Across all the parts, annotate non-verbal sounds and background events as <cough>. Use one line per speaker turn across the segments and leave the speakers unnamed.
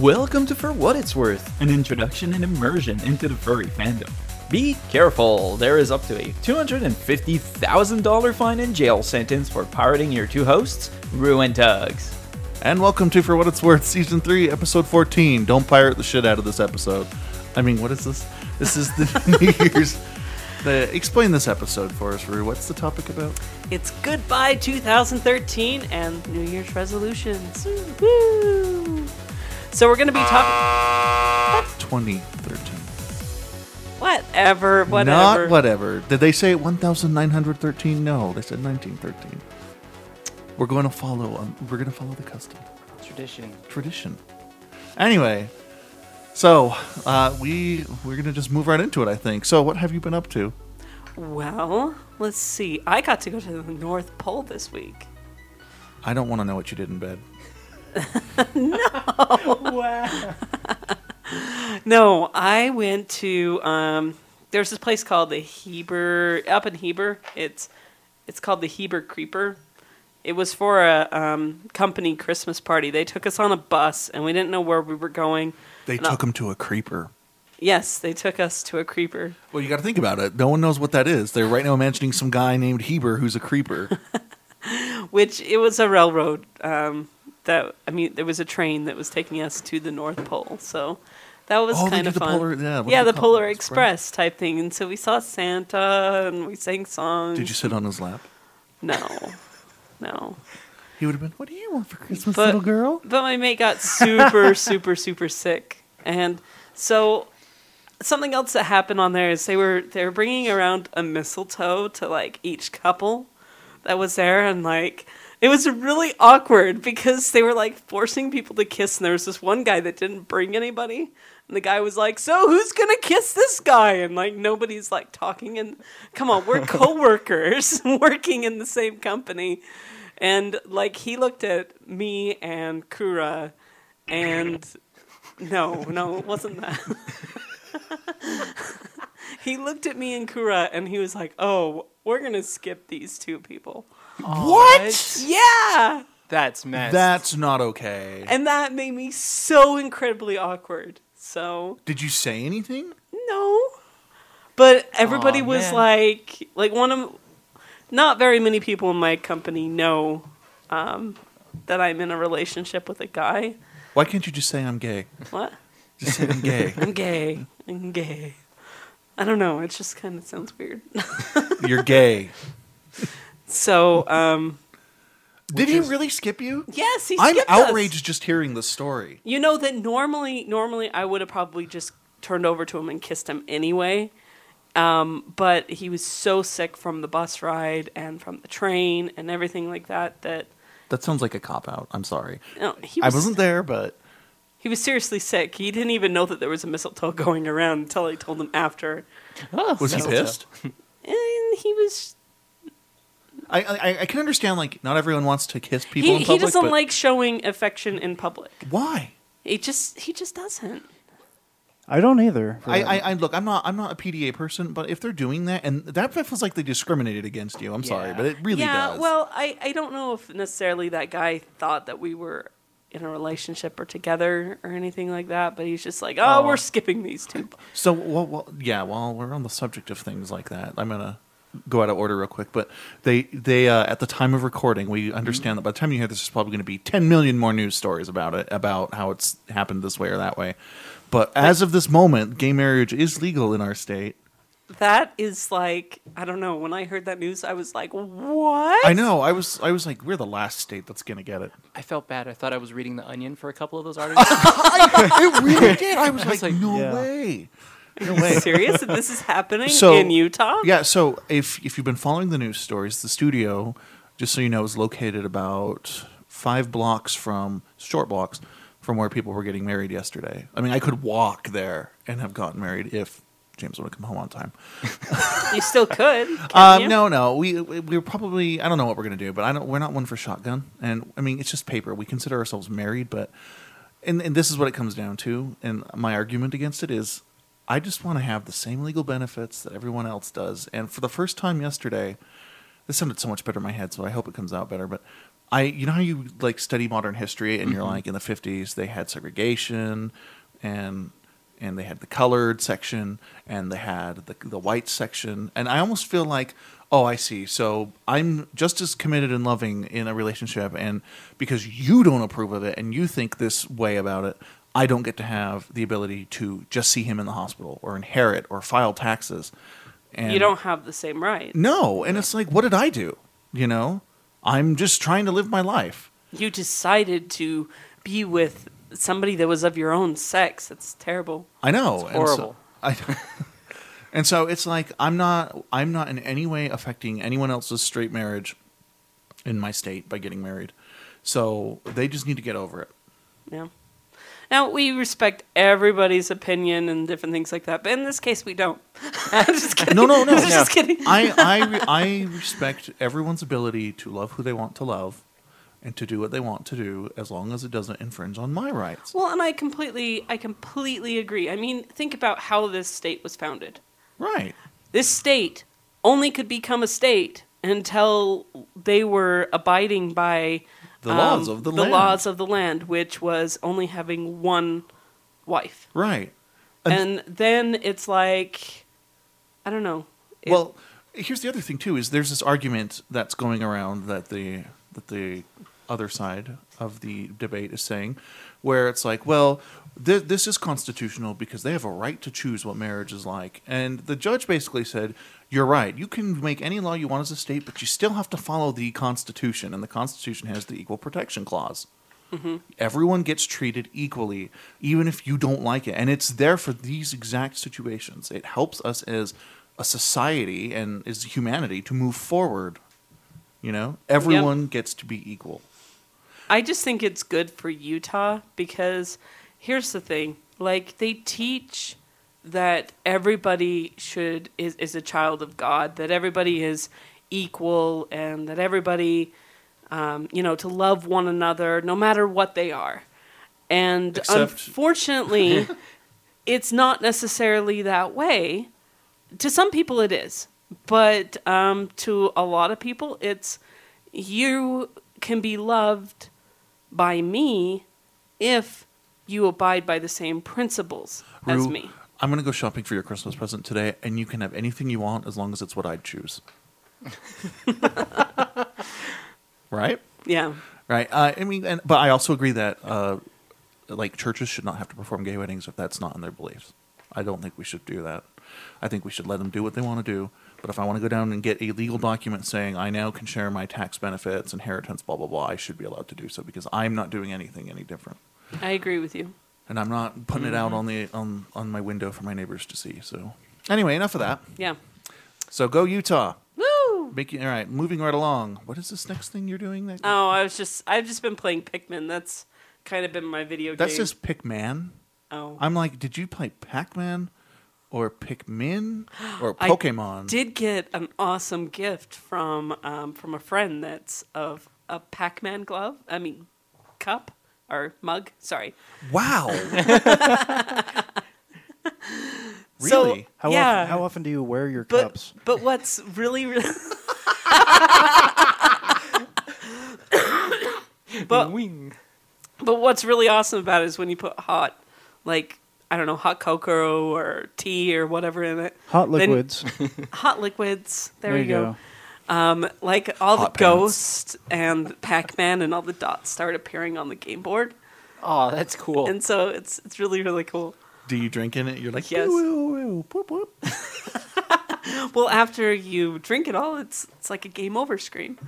Welcome to For What It's Worth.
an introduction and immersion into the furry fandom.
Be careful, there is up to a $250,000 fine and jail sentence for pirating your two hosts, Ruin Tugs.
And welcome to For What It's Worth, Season 3, Episode 14. Don't pirate the shit out of this episode. I mean, what is this? This is the New Year's. The, explain this episode for us, Rue. What's the topic about?
It's goodbye 2013 and New Year's resolutions. Woo! So we're going to be talking.
2013.
Whatever, whatever.
Not whatever. Did they say 1913? No, they said 1913. We're going to follow. Um, we're going to follow the custom.
Tradition.
tradition. Anyway, so uh, we we're gonna just move right into it, I think. So, what have you been up to?
Well, let's see. I got to go to the North Pole this week.
I don't want to know what you did in bed.
No, I went to. Um, there's this place called the Heber up in Heber. It's it's called the Heber Creeper. It was for a um, company Christmas party. They took us on a bus, and we didn't know where we were going.
They
No.
took him to a creeper.
Yes, they took us to a creeper.
Well, you got to think about it. No one knows what that is. They're right now imagining some guy named Heber who's a
<laughs>
creeper.
which it was a railroad um, that I mean there was a train that was taking us to the North Pole, so that was
Oh, they
kind
do
of
the
fun.
Polar- yeah, what do
yeah,
they
the
call it?
Polar Express type thing, and so we saw Santa and we sang songs.
Did you sit on his lap? <laughs>
No, no.
He would have been. What do you want for Christmas,
But-
little girl?
But my mate
<laughs>
got super, super, super sick, and so something else that happened on there is they were they were bringing around a mistletoe to like each couple that was there, and like it was really awkward because they were like forcing people to kiss, and there was this one guy that didn't bring anybody. And the guy was like, "So who's gonna kiss this guy?" And like nobody's like talking. And come on,
<laughs>
we're coworkers <laughs> working in the same company. And like he looked at me and Kura,
<laughs>
and no, no, it wasn't that. <laughs> he looked at me and Kura, and he was like, "Oh, we're gonna skip these two people."
What?
Yeah,
That's mess.
That's not okay.
and that made me so incredibly awkward. So
Did you say anything?
no, but everybody
Aw,
was
man.
like, like one of, not very many people in my company know. Um, that I'm in a relationship with a guy.
Why can't you just say I'm gay?
What?
Just say I'm gay.
I'm gay. I'm gay. I don't know. It just kind of sounds weird. <laughs>
You're gay.
so, um,
Did he really skip you?
yes, he
I'm
skipped us.
outraged just hearing this story.
You know that normally, normally I would have probably just turned over to him and kissed him anyway. Um, but he was so sick from the bus ride and from the train and everything like that that
That sounds like a cop out. I'm sorry.
no, he
I
was
wasn't there, but
he was seriously sick. He didn't even know that there was a mistletoe <laughs> going around until I told him after, Oh,
was he pissed?
and he was
I, I I can understand like not everyone wants to kiss people
he,
in
he
public.
doesn't
but
like showing affection in public.
why.
He just he just doesn't.
I don't either. for <laughs>
I,
that
I, I look. I'm not. I'm not a PDA person, but if they're doing that, and that feels like they discriminated against you. I'm sorry,
Yeah.
but it really
yeah,
does.
well, I, I don't know if necessarily that guy thought that we were in a relationship or together or anything like that, but he's just like, oh,
Oh.
we're skipping these two.
So, well, well, yeah. While we're on the subject of things like that, I'm gonna go out of order real quick. But they, they uh, at the time of recording, we understand that by the time you hear this, there's probably going to be 10 million more news stories about it, about how it's happened this way or that way. But as of this moment, gay marriage is legal in our state.
That is like, I don't know. When I heard that news, I was like, what?
I know. I was, I was like, we're the last state that's going to get it.
I felt bad. I thought I was reading The Onion for a couple of those <laughs> articles.
it really did. <laughs> I was, like, no
yeah.
way.
Are you <laughs> serious? that this is happening
So-
in Utah?
Yeah, so if if you've been following the news stories, the studio, just so you know, is located about five blocks from short blocks from where people were getting married yesterday. I mean, I could walk there and have gotten married if James would have come home on time.
You still could. couldn't
Um,
you?
no, no, we we- we're probably I don't know what we're gonna do, but I don't. We're not one for shotgun, and I mean it's just paper. We consider ourselves married, but and and this is what it comes down to. And my argument against it is, I just want to have the same legal benefits that everyone else does. And for the first time yesterday, this sounded so much better in my head, so I hope it comes out better. But I you know how you like study modern history and you're like in the 50s they had segregation and and they had the colored section and they had the the white section and I almost feel like oh I see so I'm just as committed and loving in a relationship and because you don't approve of it and you think this way about it I don't get to have the ability to just see him in the hospital or inherit or file taxes and
you don't have the same right.
no and it's like what did I do you know I'm just trying to live my life
You decided to be with somebody that was of your own sex. That's terrible.
I know.
It's horrible.
And so, <laughs> I, and so it's like I'm not I'm not in any way affecting anyone else's straight marriage in my state by getting married. So they just need to get over it.
Yeah. Now we respect everybody's opinion and different things like that, but in this case, we don't. <laughs> I'm just kidding.
No, no, no.
I'm just kidding.
I I re- I respect everyone's ability to love who they want to love and to do what they want to do as long as it doesn't infringe on my rights.
Well, and I completely, I completely agree. I mean, think about how this state was founded.
Right.
This state only could become a state until they were abiding by
The laws of the land.
laws of Um, the land, which was only having one wife.
Right.
and then it's like, I don't know. It-
well, here's the other thing too: is there's this argument that's going around that the that the other side of the debate is saying, where it's like, well, th- this is constitutional because they have a right to choose what marriage is like, and the judge basically said, you're right, you can make any law you want as a state, but you still have to follow the Constitution, and the Constitution has the equal protection clause. Everyone gets treated equally, even if you don't like it. And it's there for these exact situations. It helps us as a society and as humanity to move forward. You know, everyone gets to be equal.
I just think it's good for Utah because here's the thing: like they teach that everybody should is is a child of God, that everybody is equal, and that everybody, um, you know, to love one another no matter what they are. And
Except-
unfortunately, it's not necessarily that way. To some people, it is, but um, to a lot of people, it's you can be loved by me if you abide by the same principles as
Rue,
me.
I'm going to go shopping for your Christmas present today, and you can have anything you want as long as it's what I'd choose. right?
Yeah.
Right. Uh, I mean, and, but I also agree that uh, like churches should not have to perform gay weddings if that's not in their beliefs. I don't think we should do that. I think we should let them do what they want to do. But if I want to go down and get a legal document saying I now can share my tax benefits, inheritance, blah blah blah, I should be allowed to do so because I'm not doing anything any different,
I agree with you.
and I'm not putting it out on the on on my window for my neighbors to see. So anyway, enough of that.
Yeah.
So go Utah.
Woo!
Making all right. Moving right along. What is this next thing you're doing? That
Oh, I was just I've just been playing Pikmin. That's kind of been my video game.
that's just Pick Man.
oh.
I'm like, did you play Pac Man or
<gasps>
Pikmin or
I
Pokemon?
did get an awesome gift from um, from a friend that's of a Pac-Man glove. I mean, cup or mug. Sorry.
wow.
<laughs>
really?
So-
How
Yeah.
often? How often do you wear your
But
cups?
but what's really really <laughs> but
Wing.
But what's really awesome about it is when you put hot, like I don't know, hot cocoa or tea or whatever in it.
Hot
Then- <laughs>
liquids.
hot liquids. There, you go. Um, like all
Hot
the
pants.
ghosts and Pac-Man and all the dots start appearing on the game board,
Oh, that's cool.
and so it's it's really really cool.
Do you drink in it? You're like,
Yes.
yes. boop, boop.
Well, after you drink it all, it's it's like a game over screen.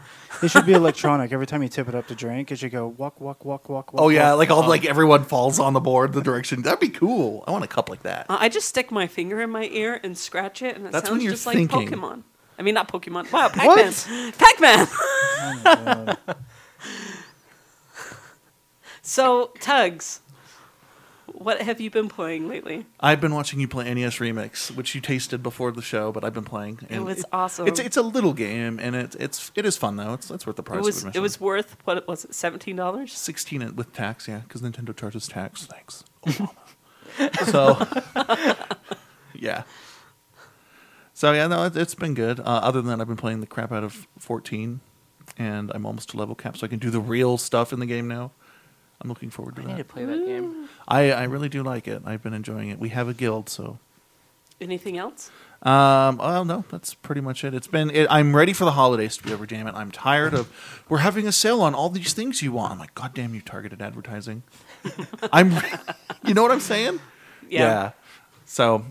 It
<laughs>
should be electronic. Every time you tip it up to drink, it should go walk, walk, walk, walk, walk.
Oh yeah,
walk.
like all like everyone falls on the board the direction. That'd be cool. I want a cup like that.
Uh, I just stick my finger in my ear and scratch it, and it
That's when
sounds
you're
just like
thinking.
Pokemon. I mean, not Pokemon.
<laughs>
Wow, Pac-Man. Pac-Man.
Oh, my God.
so, Tugs, what have you been playing lately?
I've been watching you play NES Remix, which you tasted before the show, but I've been playing. and
was awesome.
It's it's a little game, and it's it's it is fun though. It's it's worth the price.
It
of
was it
admission.
was worth what was it seventeen dollars?
sixteen with tax, yeah, because Nintendo charges tax. Thanks, Obama. so, <laughs> yeah. So yeah, no, it, it's been good. Uh, other than that, I've been playing the crap out of fourteen, and I'm almost to level cap, so I can do the real stuff in the game now. I'm looking forward to
I need to
that.
play that game.
I, I really do like it. I've been enjoying it. We have a guild, so
Anything else?
um, well, no, that's pretty much it. It's been. It, I'm ready for the holidays to be over. Damn it! I'm tired of. We're having a sale on all these things you want. I'm like, God damn you, targeted advertising. I'm. You know what I'm saying? So,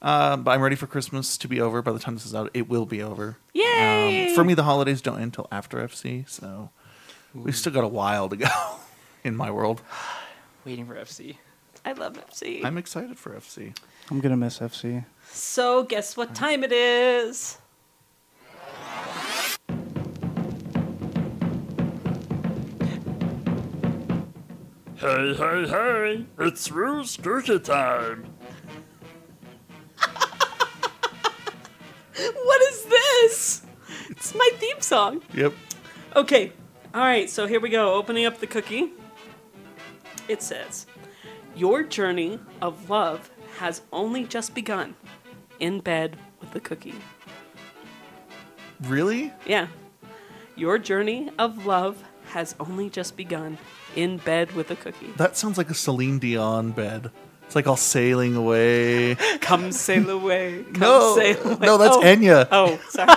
um, but I'm ready for Christmas to be over. By the time this is out, it will be over. Um,
Yay!
for me, the holidays don't end until after FC, so we've still got a while to go <laughs> in my world.
Waiting for FC.
I love FC.
I'm excited for FC.
I'm gonna miss FC.
so guess what
Uh-huh.
time it is?
Hey, hey, hey, it's Rue Scooter time.
<laughs> What is this? It's my theme song.
Yep.
Okay. All right, so here we go. Opening up the cookie. It says, Your journey of love has only just begun in bed with the cookie.
Really?
Yeah. Your journey of love has only just begun in bed with a cookie.
That sounds like a Celine Dion bed. It's like all sailing
<laughs>
away.
<laughs> Come sail away. Come
no,
sail away.
no, that's
oh.
Enya.
Oh, sorry.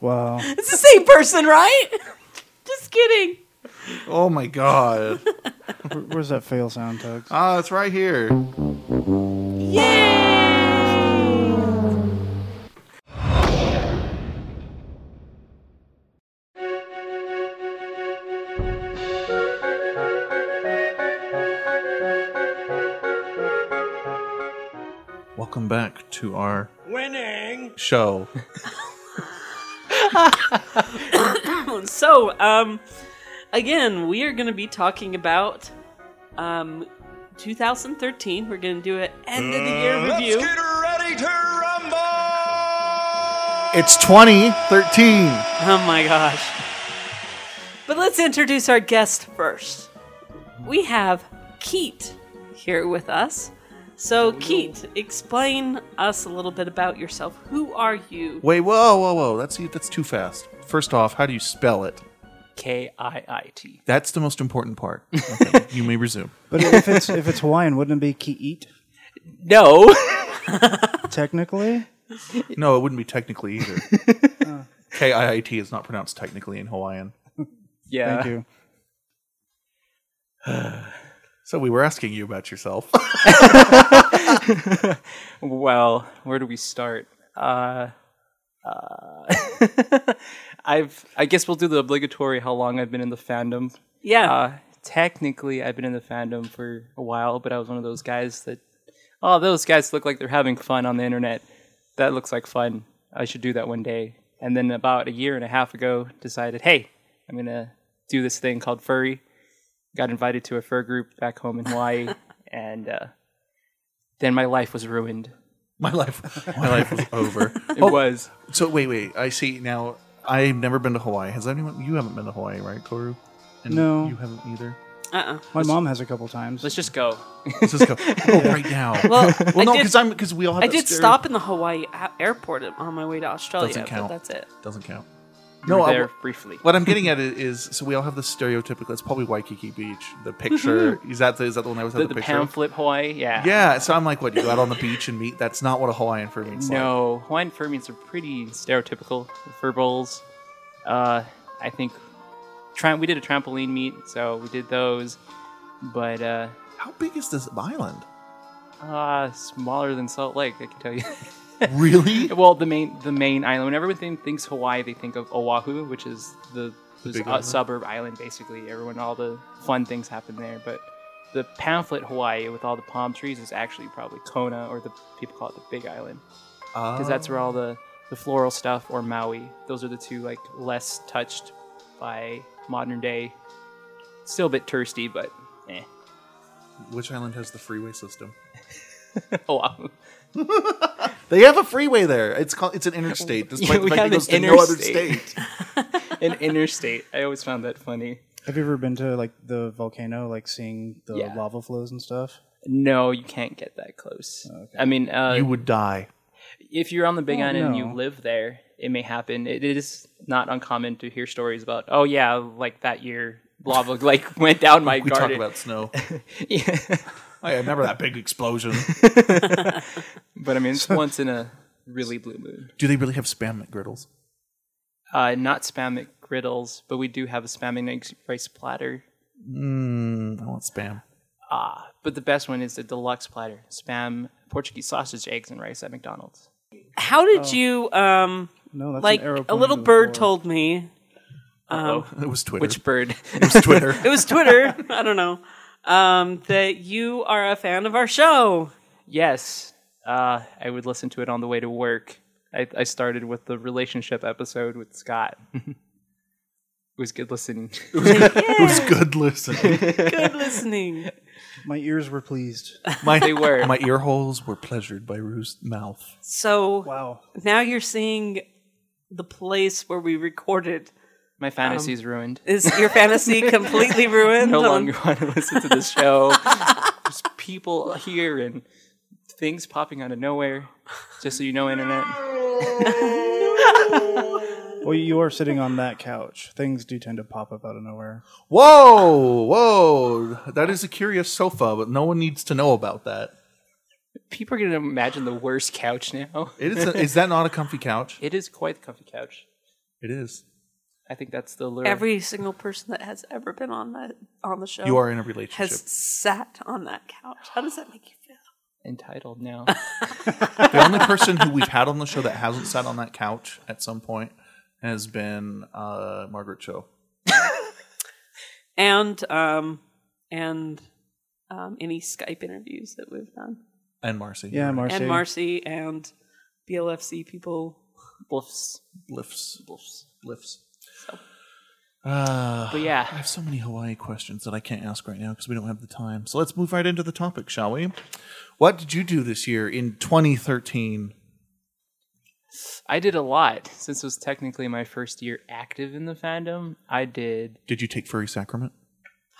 Wow.
<laughs> It's the same person, right? <laughs> Just kidding.
Oh my god!
Where- Where's that fail sound, Tugs?
Ah, it's right here.
Yay!
Welcome back to our
Winning!
show.
So, um, again, we are going to be talking about um, 2013. We're going to do an end of the year review.
ready to rumble!
It's 2013.
Oh my gosh. But let's introduce our guest first. We have Keat here with us. So, Keat, explain us a little bit about yourself. Who are you?
Wait, whoa, whoa, whoa! That's that's too fast. First off, how do you spell it?
K I I T.
That's the most important part. Okay, you may resume.
But if it's if it's Hawaiian, wouldn't it be ki'it?
No.
Technically,
No, it wouldn't be technically either.
<laughs>
K I I T is not pronounced technically in Hawaiian.
<laughs> yeah.
thank you.
So we were asking you about yourself. <laughs>
Well, where do we start? Uh, <laughs> uh, I've. I guess we'll do the obligatory. How long I've been in the fandom?
Yeah.
Uh, technically, I've been in the fandom for a while, but I was one of those guys that, oh, those guys look like they're having fun on the internet. That looks like fun. I should do that one day. And then about a year and a half ago, decided, hey, I'm gonna do this thing called furry. Got invited to a fur group back home in
<laughs>
Hawaii, and uh, then my life was ruined.
my life, my life was over.
It was.
So wait, wait. I see now. I've never been to Hawaii. Has anyone? You haven't been to Hawaii, right, Koru? And
No.
you haven't either.
Uh-uh.
My mom has a couple times.
Let's just go.
Let's just go. Oh, right now.
Well,
well, no,
I did,
because I'm because we all have.
I
that
did
stereo-
stop in the Hawaii a- airport on my way to Australia.
Doesn't count.
But that's it.
Doesn't count.
No,
I-
there briefly.
What I'm getting at i- is, so we all have the stereotypical. It's probably Waikiki Beach. The picture is that the, is that the one I was
The,
at
the
the, picture. of?
pamphlet Hawaii, yeah.
Yeah, so I'm like, what? You go out on the beach and meet? That's not what a Hawaiian fur means.
No, Hawaiian fur means are pretty stereotypical fur bowls. Uh, I think tram- we did a trampoline meet, so we did those, but uh,
Like. How big is this island?
uh, smaller than Salt Lake, I can tell you. <laughs>
Really?
well, the main the main island. When everyone thinks Hawaii, they think of Oahu, which is the,
The
this,
big
uh,
island.
suburb island, basically. Everyone, all the fun things happen there, but. The pamphlet Hawaii with all the palm trees is actually probably Kona, or the people call it the Big Island. because that's where all the the floral stuff or Maui. Those are the two like less touched by modern day. Still a bit touristy, but eh. <laughs>
Which island has the freeway system?
Oh wow.
They have a freeway there. It's called. It's an interstate.
<laughs>
Despite the
we
fact
have
it goes to
an
no other
interstate.
<laughs> state.
An interstate. I always found that funny.
Have you ever been to like the volcano, like seeing the
Yeah.
lava flows and stuff?
No, you can't get that close. I mean, uh,
You would die.
if you're on the Big
Oh,
Island and you
no.
live there, it may happen. It is not uncommon to hear stories about, oh yeah, like that year lava <laughs> like went down my
We
garden.
talk
<laughs>
about <laughs> snow.
Yeah.
I Oh, remember that big explosion.
but I mean, it's once in a really blue moon.
Do they really have spam McGriddles?
Uh, not spam griddles, but we do have a spam and eggs rice platter. Ah,
Mm, I want spam.
But the best one is the deluxe platter: spam, Portuguese sausage, eggs, and rice at McDonald's.
How did you um
No, that's
like
an arrow
a little
pointing to the
bird
floor.
told me
It was Twitter.
oh, Which bird? <laughs>
it was Twitter.
it was Twitter. <laughs> I don't know. Um, that you are a fan of our show.
yes, uh, I would listen to it on the way to work. I, I started with the relationship episode with Scott. <laughs> it was good <laughs> listening.
it was good listening.
Good listening.
My ears were
<laughs>
pleased.
My,
They were.
My ear holes were pleasured by Rue's mouth.
So
Wow.
now you're seeing the place where we recorded.
My fantasy's ruined.
Is your fantasy completely ruined?
Um, No
Um,
longer <laughs> want to listen to the show. There's people here and things popping out of nowhere. Just so you know, internet.
Well, you are sitting on that couch. Things do tend to pop up out of nowhere.
Whoa, whoa. That is a curious sofa, but no one needs to know about that.
People are going to imagine the worst couch now.
It is, a, is that not a comfy
<laughs>
couch?
It is quite the comfy couch.
It is.
I think that's the lure.
Every single person that has ever been on that on the show
You are in a relationship.
has sat on that couch. How does that make you feel?
entitled <laughs> now.
the only person who we've had on the show that hasn't sat on that couch at some point has been uh, Margaret Cho.
And um and um, any Skype interviews that we've done.
And Marcy.
Yeah, Marcy.
And Marcy and BLFC people.
Bluffs.
Lifts.
Bluffs.
Lifts. Uh,
But
I
yeah,
have so many Hawaii questions that I can't ask right now because we don't have the time. So let's move right into the topic, shall we? What did you do this year in 2013?
I did a lot since it was technically my first year active in the fandom. I did
Did you take furry sacrament?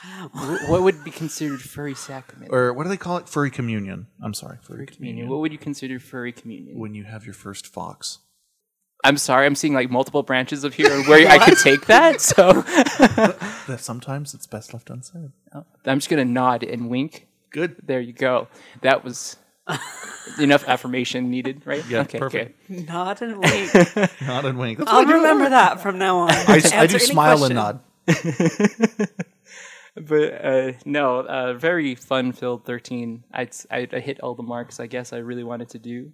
wh- what would be considered furry sacrament.
Or what do they call it? Furry communion. I'm sorry, furry,
Furry
communion.
communion. What would you consider furry communion?
When you have your first fox.
I'm sorry, I'm seeing like multiple branches of here and where I could take that. So <laughs>
That sometimes it's best left unsaid.
I'm just gonna nod and wink.
Good.
There you go. That was enough affirmation needed, right?
Yeah,
okay,
perfect.
good.
Nod and wink.
Nod and wink. That's
I'll
Um,
remember that from now on.
I, I do smile and nod.
But uh, no, uh, very fun filled 13. I, I, I hit all the marks I guess I really wanted to do.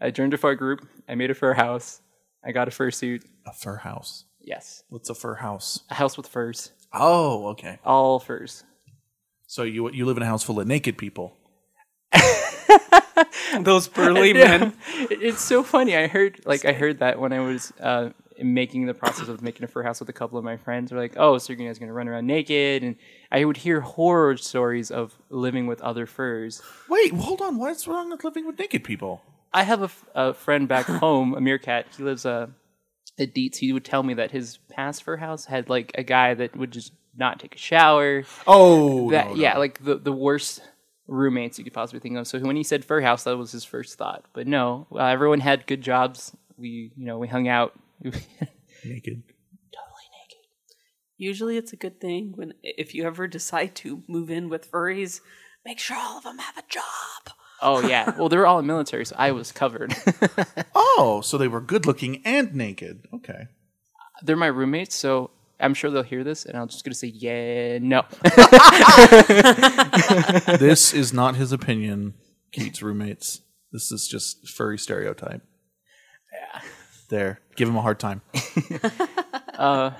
I joined a fur group. I made a fur house. I got a fursuit.
A fur house.
Yes.
What's a fur house?
A house with furs.
Oh, okay.
All furs.
So you you live in a house full of naked people.
Those burly men.
<laughs> It- It's so funny. I heard like I heard that when I was uh, making the process of making a fur house with a couple of my friends. They're like, "Oh, so you guys gonna run around naked?" And I would hear horror stories of living with other furs.
Wait, hold on. What's wrong with living with naked people?
I have a, f- a friend back <laughs> home, a meerkat. He lives uh, at Dietz. He would tell me that his past fur house had like a guy that would just not take a shower.
Oh,
that
no, no.
yeah, like the the worst roommates you could possibly think of. So when he said fur house, that was his first thought. But no, uh, everyone had good jobs. We you know we hung out. <laughs>
naked.
Usually, it's a good thing when if you ever decide to move in with furries, make sure all of them have a job.
oh yeah, well they were all in military, so I was covered. <laughs>
Oh, so they were good looking and naked. Okay.
They're my roommates, so I'm sure they'll hear this, and I'm just gonna say yeah, no.
this is not his opinion, Keats' roommates. This is just furry stereotype. Yeah. There. Give him a hard time.
but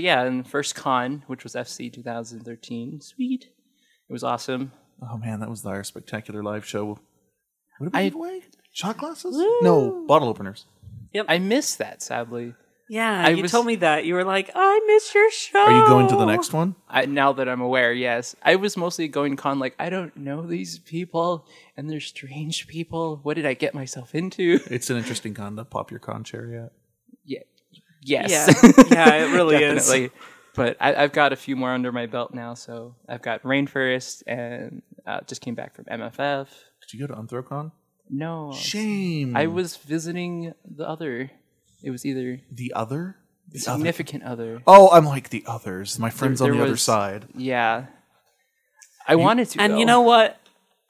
yeah, and the first con, which was FC 2013, sweet. It was awesome.
Oh man, that was our spectacular live show. What did we
I-
give away? Shot glasses? No, bottle openers.
I missed that sadly.
Yeah,
I
you
was-
told me that you were like, I miss your show.
Are you going to the next one?
I, now that I'm aware, yes. I was mostly going con like I don't know these people and they're strange people. What did I get myself into? <laughs>
It's an interesting con to pop your con cherry at.
yeah. Yes.
Yeah, yeah, it
<laughs>
really is.
Definitely. But I, I've got a few more under my belt now, so I've got Rainforest and uh, just came back from MFF.
Did you go to UnthroCon?
No.
Shame.
I was visiting the other. It was either
the other. other.
the significant other.
Oh, I'm like the others. My friends on
there
the other
was-
side.
Yeah. I wanted to.
And you
though.
know what?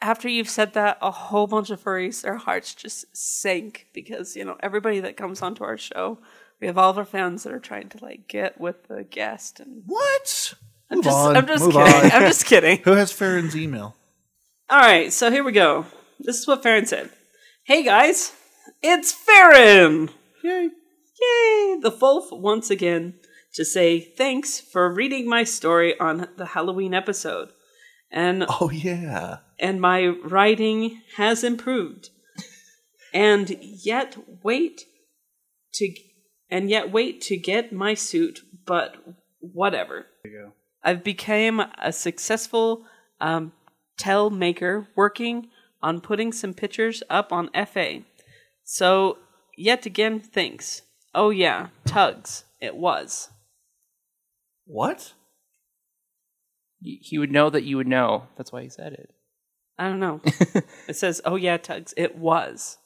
After you've said that, a whole bunch of furries, their hearts just sank because, you know, everybody that comes onto our show, we have all of our fans that are trying to like get with the guest and
What?
I'm just I'm just
move
kidding.
on.
I'm just kidding.
Who has Farron's email?
All right, so here we go. This is what Farron said. Hey guys, it's Farron. Yay! Yay! The Wolf once again to say thanks for reading my story on the Halloween episode, and
<laughs> Oh yeah.
and my writing has improved. And yet wait to and yet wait to get my suit, but whatever. I've became a successful um, tell maker working on putting some pictures up on FA. So yet again, thanks. Oh yeah, tugs. It was.
What?
Y- He would know that you would know. That's why he said it.
I don't know. it says, "Oh yeah, tugs. It was."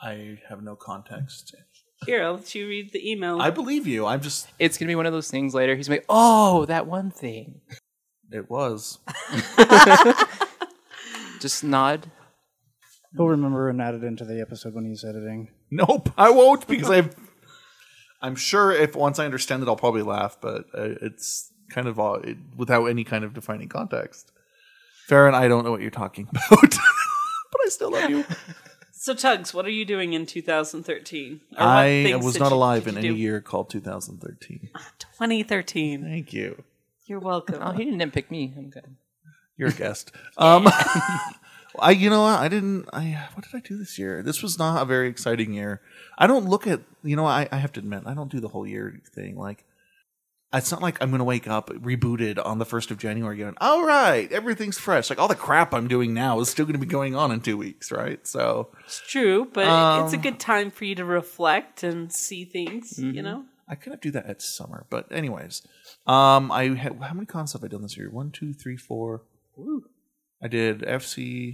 I have no context.
Here, I'll let you read the email.
I believe you. I'm just.
It's gonna be one of those things later. He's like, oh, that one thing.
It was.
Just nod.
He'll remember and add it into the episode when he's editing.
<laughs> Nope, I won't because I've. <laughs> I'm sure if once I understand it, I'll probably laugh, but uh, it's kind of all, it, without any kind of defining context. Farron, I don't know what you're talking <laughs> about, but I still love you.
So Tugs, what are you doing in 2013? Or what
I
things
was
did
not
you-
alive
did
in
you
any
<laughs> do?
year called 2013.
2013.
Thank you.
You're welcome.
Oh, he didn't pick me. I'm good.
You're a guest. Um, <laughs> I, you know, what? I didn't. I what did I do this year? This was not a very exciting year. I don't look at, you know, I, I have to admit, I don't do the whole year thing. Like, it's not like I'm going to wake up rebooted on the first of January going, all right, everything's fresh. Like all the crap I'm doing now is still going to be going on in two weeks, right? So
it's true, but it's a
Um,
good time for you to reflect and see things.
mm-hmm.
You know,
I kind of do that at summer, but anyways, um, I had how many cons have I done this year? One, two, three, four. I did FC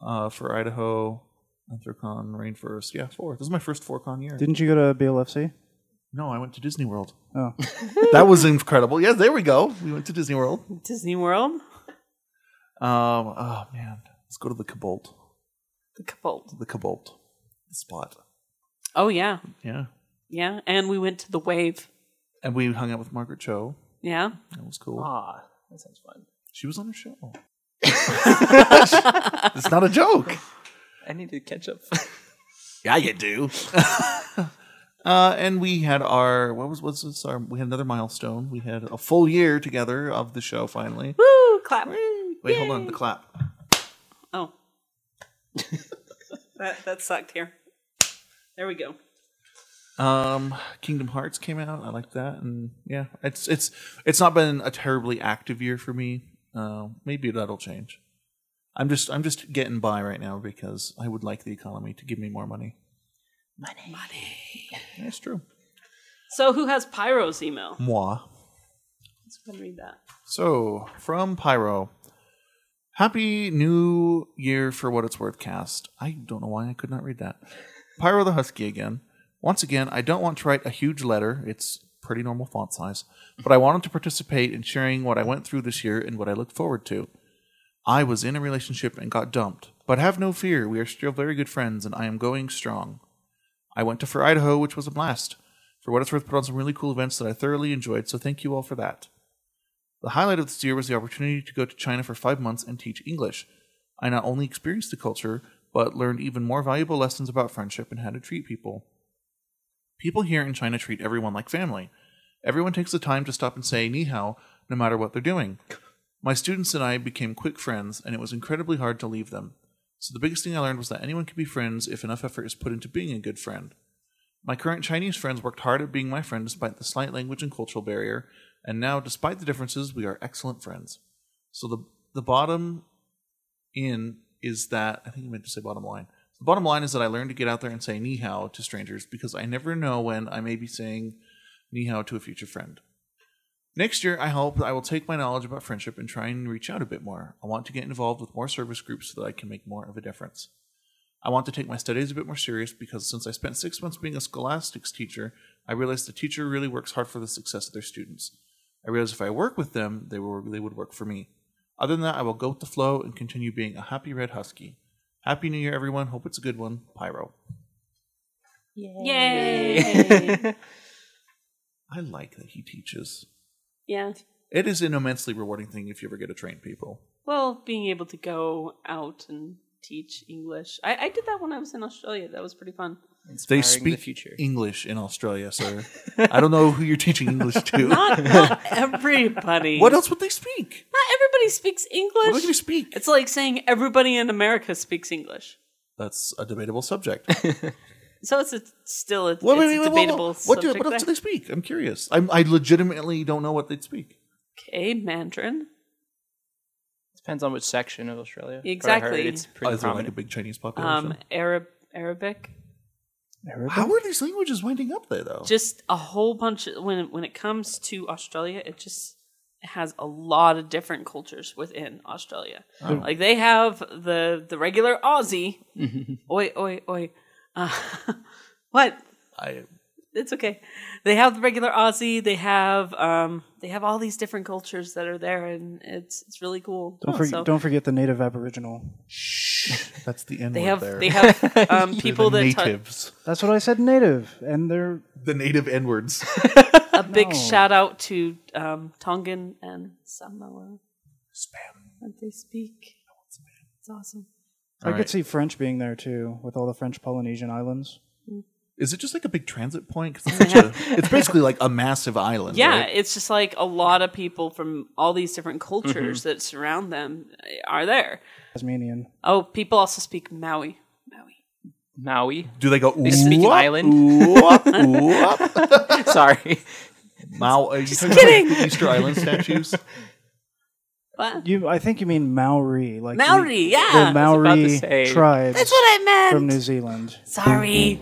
uh, for Idaho, Anthrocon, Rainforest. Yeah, four. This is my first four con year.
Didn't you go to BLFC?
no, I went to Disney World.
Oh.
<laughs> that was incredible. Yeah, there we go. We went to Disney World. Um,
Disney World,
oh man, let's go to the Cobalt.
the Cobalt.
The Cobalt spot.
Oh yeah,
Yeah,
yeah. And we went to the Wave.
and we hung out with Margaret Cho.
Yeah,
That was cool.
Ah, that sounds fun.
She was on her <laughs> show. it's not a joke.
I need to catch up.
Yeah, you do. <laughs> uh, and we had our what was what's this? Our we had another milestone. We had a full year together of the show. Finally,
woo, clap.
wait, hold on, the clap.
Oh, <laughs> that that sucked here. There we go.
Um, Kingdom Hearts came out. I like that, and yeah, it's it's it's not been a terribly active year for me. Uh, maybe that'll change. I'm just I'm just getting by right now because I would like the economy to give me more money. Money, money. That's true.
So who has Pyro's email?
Moi.
Let's go ahead and read that.
So, from Pyro. Happy New Year for what it's worth, cast. I don't know why I could not read that. Pyro the Husky again. Once again, I don't want to write a huge letter. It's pretty normal font size. But I wanted to participate in sharing what I went through this year and what I look forward to. I was in a relationship and got dumped. But have no fear, we are still very good friends and I am going strong. I went to For Idaho, which was a blast. For what it's worth, put on some really cool events that I thoroughly enjoyed, so thank you all for that. The highlight of this year was the opportunity to go to China for five months and teach English. I not only experienced the culture, but learned even more valuable lessons about friendship and how to treat people. People here in China treat everyone like family. Everyone takes the time to stop and say ni hao, no matter what they're doing. My students and I became quick friends, and it was incredibly hard to leave them. So the biggest thing I learned was that anyone can be friends if enough effort is put into being a good friend. My current Chinese friends worked hard at being my friend despite the slight language and cultural barrier, and now, despite the differences, we are excellent friends. So the the bottom in is that I think you meant to say bottom line. The bottom line is that I learned to get out there and say ni hao to strangers because I never know when I may be saying ni hao to a future friend. Next year, I hope I will take my knowledge about friendship and try and reach out a bit more. I want to get involved with more service groups so that I can make more of a difference. I want to take my studies a bit more serious because since I spent six months being a scholastics teacher, I realized the teacher really works hard for the success of their students. I realized if I work with them, they will they would work for me. Other than that, I will go with the flow and continue being a happy red husky. Happy New Year, everyone. Hope it's a good one. Pyro.
Yay!
<laughs>
I like that he teaches.
yeah.
It is an immensely rewarding thing if you ever get to train people.
Well, being able to go out and teach English. I, I did that when I was in Australia. That was pretty fun.
They
Inspiring
speak
the future.
English in Australia,
<laughs>
sir. I don't know who you're teaching English to. <laughs>
Not, not everybody.
What else would they speak?
Not everybody speaks
What are they
English.
going to speak?
It's like saying everybody in America speaks English.
That's a debatable subject.
So it's a, still a,
Well, wait,
it's a
wait, wait, wait,
debatable
wait. What, do-
subject.
what else do
there.
they speak? I'm curious. I'm, I legitimately don't know what they'd speak.
okay, Mandarin.
Depends on which section of Australia. But I heard
Exactly.
It's
Oh,
pretty
is there like
prominent.
a big Chinese population?
Um, Arab, Arabic.
How are these languages winding up there, though?
Just a whole bunch. Of, when when it comes to Australia, it just has a lot of different cultures within Australia.
Oh.
Like they have the the regular
<laughs>
Aussie. oi, oi, oi. Uh, <laughs> what?
I,
it's okay. They have the regular Aussie. They have um, they have all these different cultures that are there, and it's it's really cool.
Don't, forget,
Oh, So
don't forget the native Aboriginal.
that's the end
they have
there.
they
<laughs>
have um,
They're
people
the
that talk,
natives.
That's what I said, native. And they're
the native N words.
<laughs> a big shout out to um, Tongan and Samoa
Spam.
that they speak. It's awesome.
I could
Alright.
see French being there too, with all the French Polynesian islands.
Is it just like a big transit point? 'Cause it's, such a, it's basically like a massive island.
Yeah,
right?
it's just like a lot of people from all these different cultures that surround them eh, are there.
Tasmanian.
Oh, people also speak Maui. Maui.
Maui.
Do they go?
They speak an
"Oop,
<laughs>
island.
oop, oop"?
Sorry.
Mao, are you talking about
kidding.
the Easter Island
<laughs>
statues?
What?
You, I think you mean Maori, like the-
Maori, yeah.
the
about to
Maori
say.
tribes
That's <laughs> what I meant.
from New Zealand.
Sorry.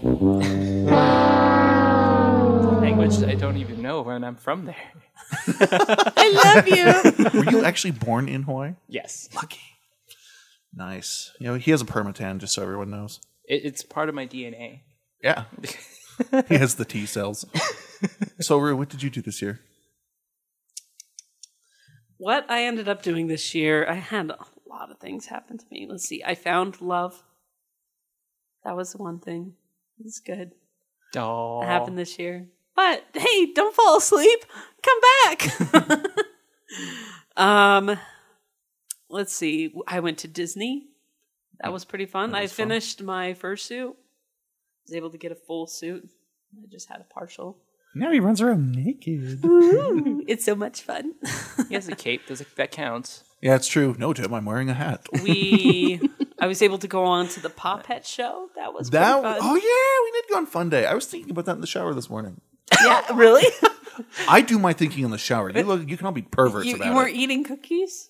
Language I don't even know when I'm from there. <laughs>
I love you.
Were you actually born in Hawaii?
Yes.
Nice. You know, he has a permatan, just so everyone knows.
It, it's part of my DNA.
Yeah. <laughs> he has the T cells. <laughs> so, Rue, what did you do this year?
<laughs> what I ended up doing this year, I had a lot of things happen to me. Let's see. I found love. That was the one thing. It's good.
Oh.
That happened this year. But hey, don't fall asleep. Come back. <laughs> um let's see. I went to Disney. That was pretty fun.
That
I
was fun.
finished my first suit. Was able to get a full suit. I just had a partial.
Now he runs around naked.
Ooh, it's so much fun.
He has a cape. Does it, that counts?
Yeah, it's true. No, Tim, I'm wearing a hat.
we <laughs> I was able to go on to the Pop Pet show. That was
That
pretty
oh yeah,
fun.
we did go on fun day. I was thinking about that in the shower this morning.
yeah, really?
I do my thinking in the shower. You look, you can all be perverts
you,
about
you
it.
weren't eating cookies?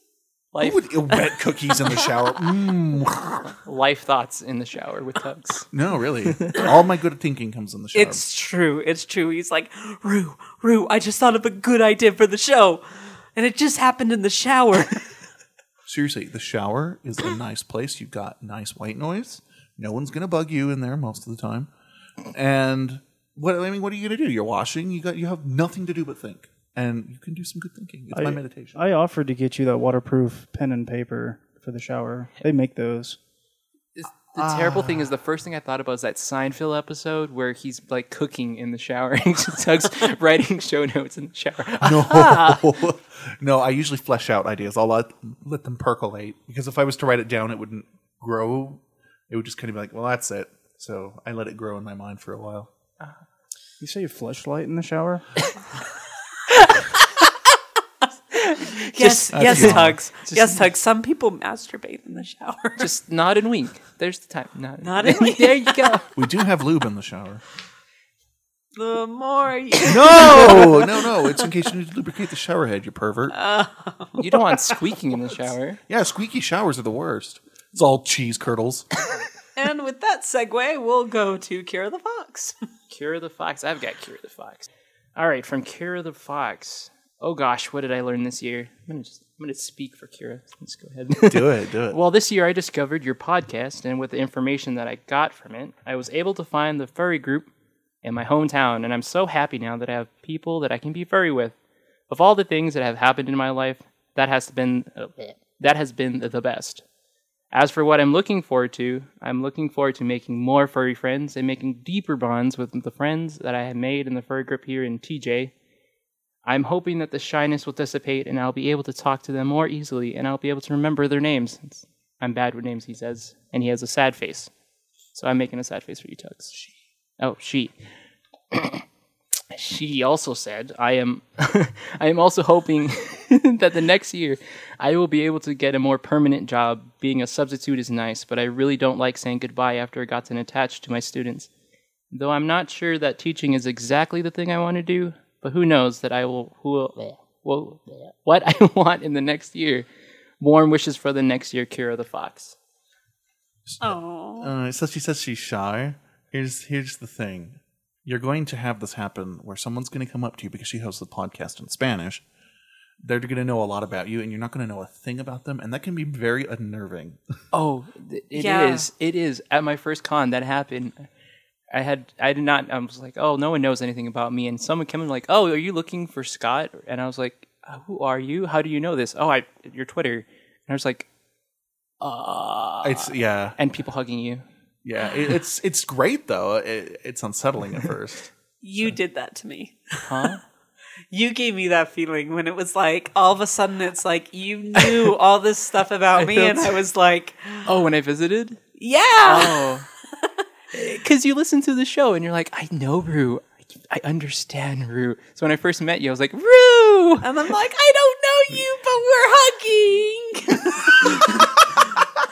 Who
Life,
would eat wet cookies in the shower? <laughs> Mm.
life thoughts in the shower with Tugs.
No, really. All my good thinking comes in the shower.
It's
Um,
true. It's true. He's like, Rue, Rue, I just thought of a good idea for the show. And it just happened in the
<laughs>
shower.
Seriously, the shower is a nice place. You've got nice white noise. No one's gonna bug you in there most of the time. And what I mean, what are you gonna do? You're washing. You got you have nothing to do but think, and you can do some good thinking. It's my meditation.
I offered to get you that waterproof pen and paper for the shower. They make those.
Is- The terrible thing is the first thing I thought about was that Seinfeld episode where he's like cooking in the shower <laughs> and Tugs <laughs> writing show notes in the shower.
no, <laughs> no. I usually flesh out ideas. I'll let let them percolate because if I was to write it down, it wouldn't grow. It would just kind of be like, well, that's it. So I let it grow in my mind for a while.
You say a flashlight in
<laughs>
the shower?
yes, yes,
That's
Tugs. yes, Tugs. Some people masturbate in the shower. <laughs>
Just nod and wink. There's the time. Nod,
Nod and wink.
there you go.
We do have lube in the shower.
the more
<coughs>
you.
No, no, no. It's in case you need to lubricate the shower head, you pervert.
<laughs> You don't want squeaking <laughs> in the shower.
yeah, squeaky showers are the worst. It's all cheese curdles.
and with that segue, we'll go to Kira the Fox. <laughs>
Cure the Fox. I've got Cure the Fox. All right, from Cure the Fox. oh gosh, what did I learn this year? I'm gonna just I'm gonna speak for Kira. Let's go ahead.
Do it, do it.
Well, this year I discovered your podcast, and with the information that I got from it, I was able to find the furry group in my hometown, and I'm so happy now that I have people that I can be furry with. Of all the things that have happened in my life, that has been uh, that has been the best. As for what I'm looking forward to, I'm looking forward to making more furry friends and making deeper bonds with the friends that I have made in the furry group here in TJ. I'm hoping that the shyness will dissipate and I'll be able to talk to them more easily and I'll be able to remember their names. It's- I'm bad with names, he says, and he has a sad face. So I'm making a sad face for you, Tux. Oh, she. <coughs> she also said, "I am, <laughs> I am also hoping <laughs> that the next year I will be able to get a more permanent job. Being a substitute is nice, but I really don't like saying goodbye after I gotten attached to my students. Though I'm not sure that teaching is exactly the thing I want to do, but who knows that I will who will, will what <laughs> I want in the next year. Warm wishes for the next year, Kira the Fox.
Oh,
Uh, so she says she's shy. Here's here's the thing: you're going to have this happen where someone's going to come up to you because she hosts the podcast in Spanish. They're going to know a lot about you, and you're not going to know a thing about them, and that can be very unnerving.
Oh, th- it is.
Yeah.
It is. At my first con, that happened. I had. I did not. I was like, oh, no one knows anything about me. And someone came in like, oh, are you looking for Scott? And I was like, "Uh, who are you? How do you know this? Oh, I your Twitter. And I was like,
it's yeah,
and people hugging you.
yeah. It, it's it's great though. It, it's unsettling at first.
you did that to me.
Huh?
<laughs> You gave me that feeling when it was like all of a sudden it's like you knew all this stuff
<laughs>
about me, and I was like,
oh, when I visited.
yeah.
Oh, because you listen to the show and you're like, I know Rue. I understand Rue. So when I first met you, I was like, Rue.
And I'm like, I don't know you, but we're hugging.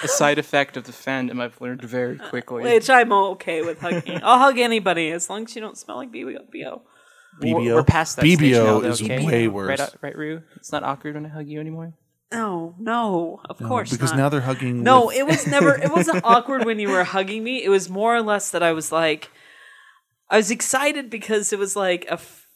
A side effect of the fandom I've learned very quickly.
<laughs> Which I'm okay with hugging. I'll hug anybody as long as you don't smell like BBO.
We're-
BBO.
We're past that.
BBO
stage now, though,
is
okay?
way worse.
Right, uh, right, Rue? It's not awkward when I hug you anymore.
No, Oh, no, of course
because
not.
now they're hugging.
No,
with-
it was never. It wasn't <laughs> awkward when you were hugging me. It was more or less that I was like, I was excited because it was like a, f-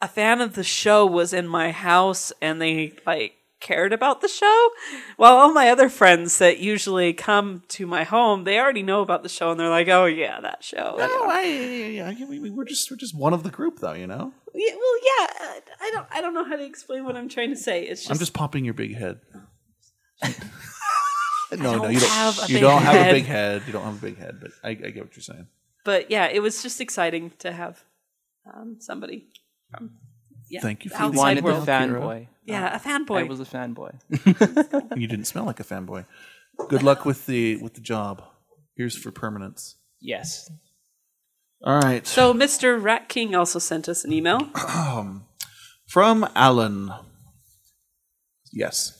a fan of the show was in my house and they like cared about the show. While all my other friends that usually come to my home, they already know about the show and they're like, oh yeah, that show.
No, I, yeah, yeah, we, we- we're just we're just one of the group though. You know,
Yeah, well, yeah. I- I don't. I don't know how to explain what I'm trying to say. It's just.
I'm just popping your big head. <laughs> no, no,
don't
you don't.
have a
you
big
don't have a
head.
big head. You don't have a big head, but I, I get what you're saying.
but yeah, it was just exciting to have um, somebody. From, yeah,
Thank you
the
for the
outside
Wanted the
world.
fanboy.
Yeah, a fanboy.
I was a fanboy.
You didn't smell like a fanboy. Good luck with the with the job. Here's for permanence.
<laughs> yes.
All right.
so Mr. Rat King also sent us an email.
From Alan. Yes.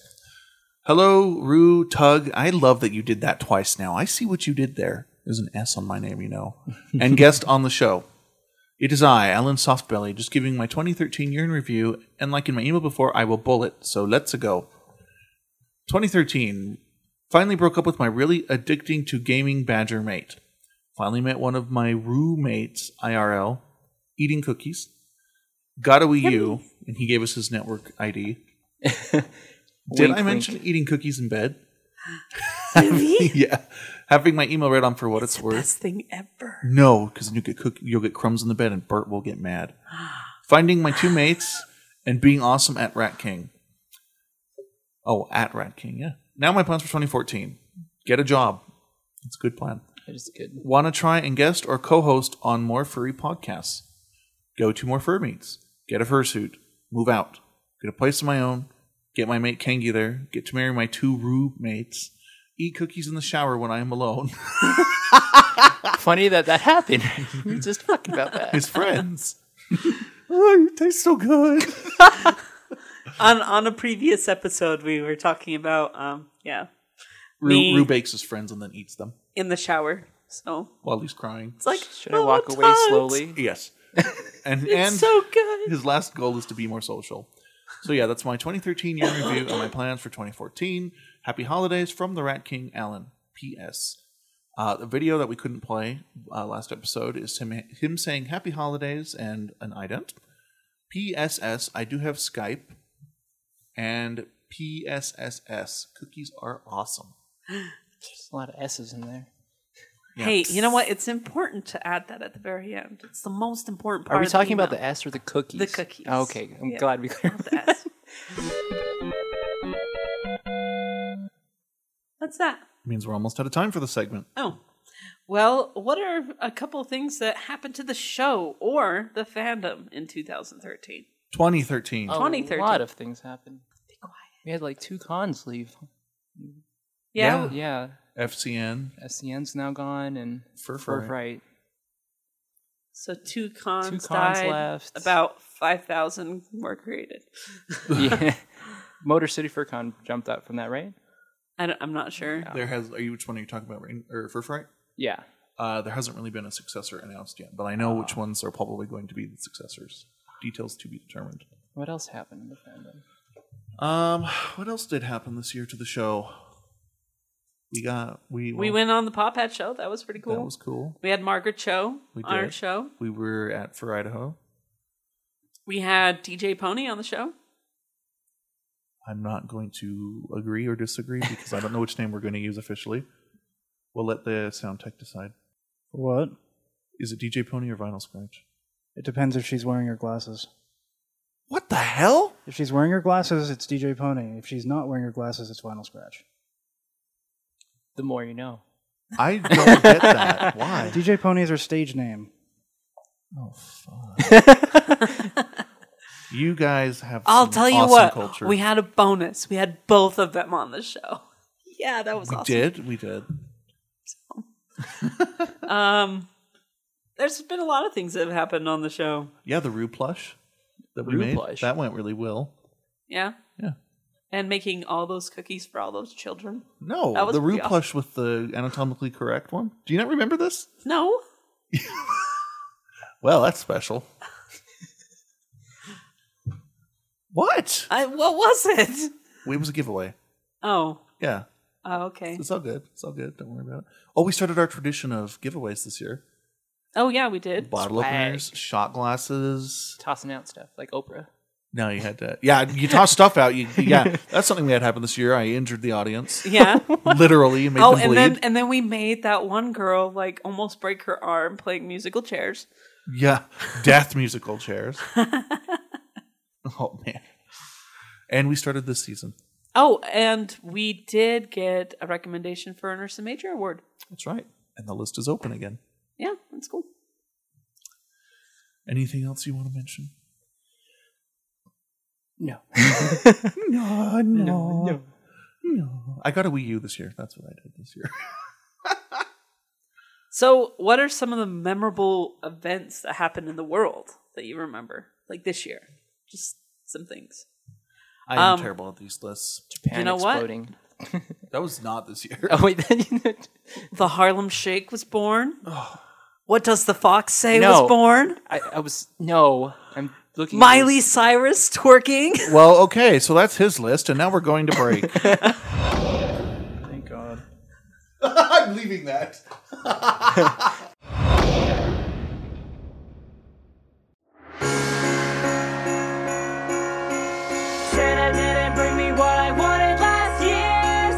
Hello, Rue Tug. I love that you did that twice now. I see what you did there. There's an S on my name, you know. <laughs> and guest on the show. It is I, Alan Softbelly, just giving my 2013 year in review, and like in my email before, I will bullet, so let's go. 2013. Finally broke up with my really addicting to gaming badger mate. Finally met one of my roommates, IRL, eating cookies got a Wii U, and he gave us his network
<laughs>
ID. Did
Wink,
I
wink.
mention eating cookies in bed? <laughs> yeah, having my email read on for what it's worth.
Best thing ever.
No, because you get cook- you'll get crumbs in the bed, and Bert will get
<gasps>
mad. Finding my two mates and being awesome at Rat King. Oh, at Rat King, yeah. Now my plans for 2014: get a job. That's a good plan.
It is good.
Want to try and guest or co host on more furry podcasts? Go to more fur meets. Get a fursuit. Move out. Get a place of my own. Get my mate Kengi there. Get to marry my two roommates. Eat cookies in the shower when I am alone. <laughs>
Funny that that happened. <laughs> we were just talking about that.
His friends. oh, you taste so good.
On on a previous episode, we were talking about um yeah Me.
Rue, Rue bakes his friends and then eats them
in the shower. So
while he's crying.
it's like
Should I walk away slowly?
<laughs> Yes. And and
So good.
his last goal is to be more social. So yeah, that's my 2013 year in review and my plans for 2014. Happy holidays from the Rat King, Alan. P.S. Uh, the video that we couldn't play uh, last episode is him him saying "Happy Holidays" and an ident. PSS, I do have Skype. And PSSS, cookies are awesome.
There's a lot of S's in there.
Yeah.
Hey, you know what? It's important to add that at the very end. It's the most important part.
Are we
of
talking about the
email.
S or the cookies?
The cookies.
Oh, okay, I'm
Yeah.
glad <laughs> we cleared
Not the S. What's that?
means we're almost out of time for the segment.
Oh. Well, what are a couple of things that happened to the show or the fandom in 2013?
2013.
<laughs> A
2013.
lot of things happened.
Be quiet.
We had like two cons leave.
Yeah.
Yeah,
FCN.
SCN's now gone and
Fur
Fur
Fright.
Fright.
So two cons,
Two cons
died.
left.
About 5,000 were created.
<laughs> yeah. Motor City FurCon jumped up from that, right?
I don't, I'm not sure.
There has. Are you which one are you talking about? Rain or Fur Fright?
Yeah.
Uh, there hasn't really been a successor announced yet, but I know
Ah.
which ones are probably going to be the successors. Details to be determined.
What else happened in the fandom?
Um, <sighs> what else did happen this year to the show? We got we
We
well,
went on the Pop Hat show. That was pretty cool.
That was cool.
we had Margaret Cho
We
on our
did.
show.
We were at for Idaho.
We had DJ Pony on the show.
I'm not going to agree or disagree because I don't know which name we're going to use officially. We'll let the sound tech decide.
What?
Is it DJ Pony or Vinyl Scratch?
It depends if she's wearing her glasses.
What the hell?
If she's wearing her glasses, it's DJ Pony. If she's not wearing her glasses, it's Vinyl Scratch.
The more you know.
I don't get
<laughs>
that. Why?
DJ Pony is her stage name.
Oh fuck! you guys have.
I'll
some
tell you
awesome
what,
Culture.
we had a bonus. We had both of them on the show. <laughs> Yeah, that was
We
awesome.
did. We did.
Um, there's been a lot of things that have happened on the show.
Yeah, the Rue plush that we
Rue
made
plush.
that went really well.
Yeah.
Yeah.
And making all those cookies for all those children.
No,
That was
the Rue
pretty awesome.
plush with the anatomically correct one. Do you not remember this?
No.
Well, that's special. what?
I <laughs> what was it? <laughs>
It was a giveaway.
Oh.
Yeah,
Oh, okay.
it's all good. It's all good. Don't worry about it. Oh, we started our tradition of giveaways this year:
Oh yeah, we did.
bottle openers, shot glasses.
Tossing out stuff like Oprah.
No, you had to. Yeah, you toss stuff out. You,
<laughs>
yeah, that's something that happened this year. I injured the audience.
<laughs> Yeah.
Literally <laughs> made
oh,
them
and
bleed.
then and then we made that one girl like almost break her arm playing musical chairs.
Yeah, death musical
<laughs>
chairs. oh man! And we started this season.
Oh, and we did get a recommendation for an Ursa Major Award.
That's right. And the list is open again.
Yeah, that's cool.
Anything else you want to mention?
No.
<laughs> No, no, no, I got a Wii U this year. That's what I did this year. <laughs>
So, what are some of the memorable events that happened in the world that you remember, like this year? Just some things.
I am
Um,
terrible at these lists.
Japan
know what?
exploding. <laughs>
That was not this year.
Oh wait, then you
The Harlem Shake was <sighs> born. What does the fox say
No.
was born?
I, I was no. I'm looking. at
Miley Cyrus twerking. <laughs>
well, okay, so that's his list, and now we're going to break.
Thank God.
<laughs> I'm leaving that.
Santa didn't bring me what I wanted last year.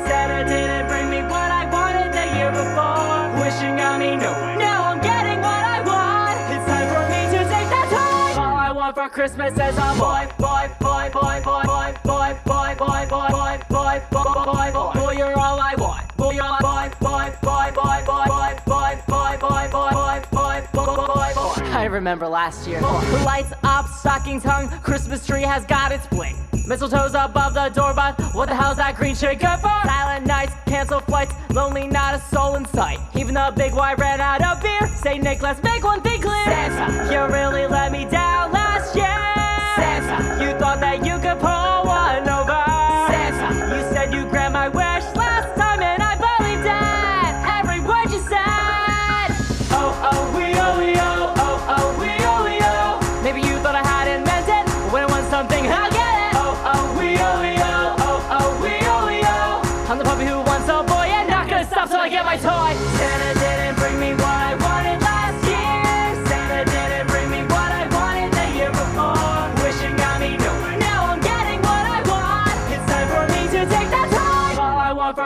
Santa didn't bring me what I wanted the year before. Wishing on me, no. Now I'm getting what I want. It's time for me to take that time. All I want for Christmas is a boy, boy, boy, boy, boy, boy, boy, boy, boy, boy, boy, boy, boy, boy, boy. Boy, you're all I want. Boy, you're boy, boy, boy, boy, boy, boy, boy, boy, boy, boy, boy, boy, boy, boy, boy. I remember last year. Lights up, stockings hung, Christmas tree has got its bling. Mistletoe's above the door, but what the hell's that green shit good for? Silent nights, cancel flights, lonely, not a soul in sight. Even the big Y ran out of beer. Say, Nick, let's make one thing clear. Santa, you really let me down last year. Santa, you thought that you could pull one over. Santa, you said you grant my wish last time, and I believed it. Every word you said. Oh, oh, we, oh, we, oh, oh, oh, we, oh, we, oh. Maybe you thought I hadn't meant it. but When I want something, I get it. Oh, oh, we, oh, we, oh, oh, oh, we, oh, we, oh. I'm the puppy who wants a boy and not gonna stop till I get my toy. Santa didn't bring me what I wanted last year. Santa didn't bring me what I wanted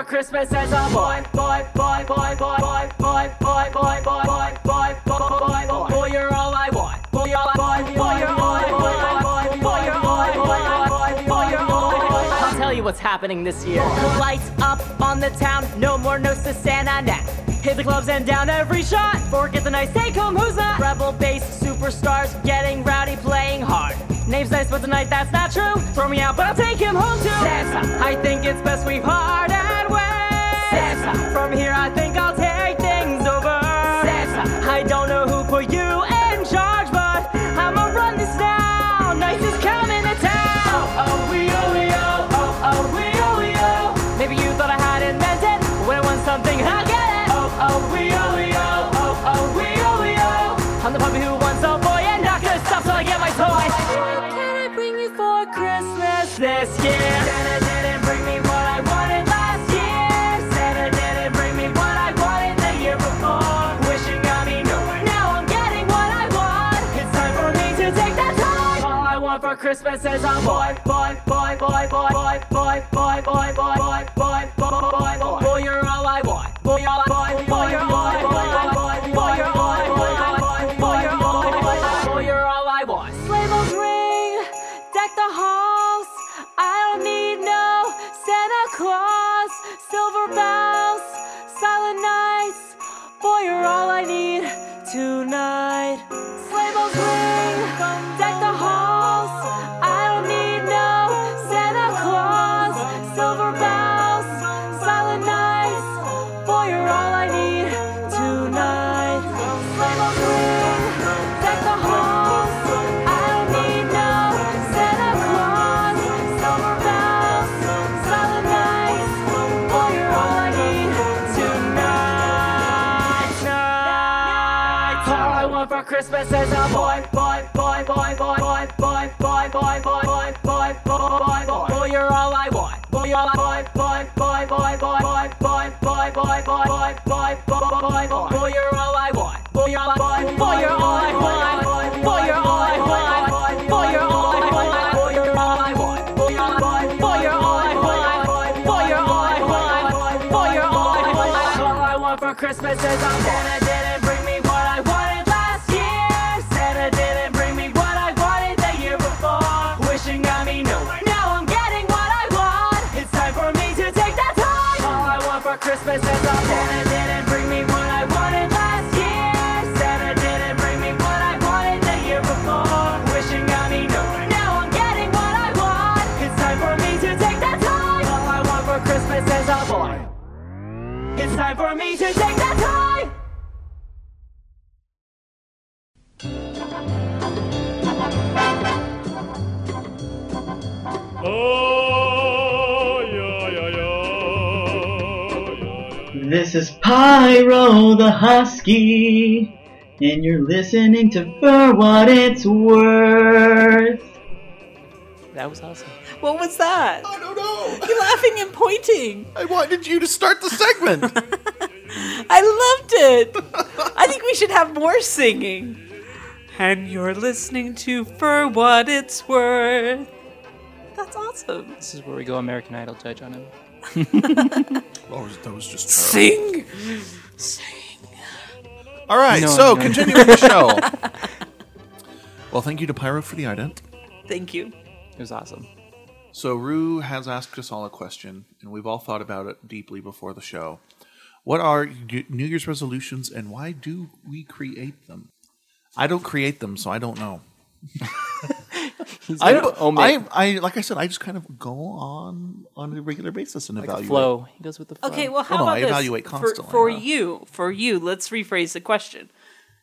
Christmas as a boy, boy, boy, boy, boy, boy, boy, boy, boy, boy, boy, boy, boy, boy, boy, boy, you're all I want. Boy, you're all I want. Boy, you're all I want. Boy, you're all I want. Boy, you're all I want. I'll tell you what's happening this year. Lights up on the town, no more Nosa Santa net. Hit the clubs and down every shot. Forget the nice take home, who's that? Rebel based superstars getting rowdy, playing hard. Name's nice, but tonight that's not true. Throw me out, but I'll take him home too. Santa, I think it's best we part and ways. Santa, from here I think I'll take things over. Santa, I don't know who put you in charge, but I'ma run this down. Nice is coming to town. Oh, oh, we oh, we oh, oh, oh, we oh, we oh. Maybe you thought I had invented when I want something, I get it. Oh, oh, we oh, we oh, oh, oh, we oh, we oh. I'm the puppy who wants a boy and not gonna stop till I get my toy can I bring you for Christmas this year? Santa didn't bring me what I wanted last year. Santa didn't bring me what I wanted the year before. Wishing got me nowhere. Now I'm getting what I want. It's time for me to take that time. All I want for Christmas is a boy, boy, boy, boy, boy, boy, boy, boy, boy, boy, boy, boy, boy, boy, boy. Boy, you're all I want. Boy, you're all I want. Boy, you're all I want. Boy, you're all I want. Boy, you're all I want. Boy, you're all I want. Sleigh bells ring deck the halls. I don't need no Santa Claus, silver bells, silent nights. Boy, you're all I need tonight. Sleigh bells ring, deck the halls. I don't need no Santa Claus, silver bells, silent nights. Boy, you're all I need tonight. Sleigh bells ring, deck the halls. I don't need no Santa Claus, silver bells, silent nights. Boy, you're all I need tonight. Night. All I want for Christmas is a boy, boy, boy, boy, boy, boy, boy, boy, boy, boy, boy, boy, boy, boy, boy. Boy, you're all I want. Boy, you're all I want. Boy, boy, boy, boy, boy, boy, boy, boy, boy, boy, boy, boy, boy, boy. Boy, you're all I want. Boy, you're all I want. Boy, you're all I want. Boy, you're all I want. Boy, you're all I want. Boy, you're all I want. Boy, you're all I want. Boy, you're all I want. Boy, you're all I want. Boy, you're all I want. All I want for Christmas is a Santa didn't bring me what I wanted last year. Santa didn't bring me what I wanted the year before. Wishing got me nowhere. Now I'm getting what I want. It's time for me to take that time. All I want for Christmas is a Santa didn't bring me what I wanted last year. Santa didn't bring me what I wanted the year before. Wishing got me nowhere. Now I'm getting what I want. It's time for me to take that time. All I want for Christmas is a boy. It's time for me to take that time.
Oh, yeah, yeah, yeah, yeah, yeah.
This is Pyro the Husky, and you're listening to For What It's Worth.
That was awesome.
What was that?
I don't know.
Oh, You're laughing and pointing.
I wanted you to start the segment.
<laughs>
I loved it. I think we should have more singing. And you're listening to For What It's Worth. That's awesome.
This is where we go American Idol judge on him.
Or was- Oh, that was just terrible.
Sing.
All right,
No,
so
no.
continuing the show.
<laughs>
well, thank you to Pyro for the ident.
Thank you.
It was awesome.
So Rue has asked us all a question, and we've all thought about it deeply before the show. What are y- New Year's resolutions, and why do we create them? I don't create them, so I don't know. I,
like, "Oh,
I,
mate."
I, like I said, I just kind of go on on a regular basis and evaluate.
Flow. He goes with the flow.
Okay, well, how
Well, Um, oh, no,
about
I
this?
evaluate
For-
constantly,
For,
huh?
you, for you, let's rephrase the question.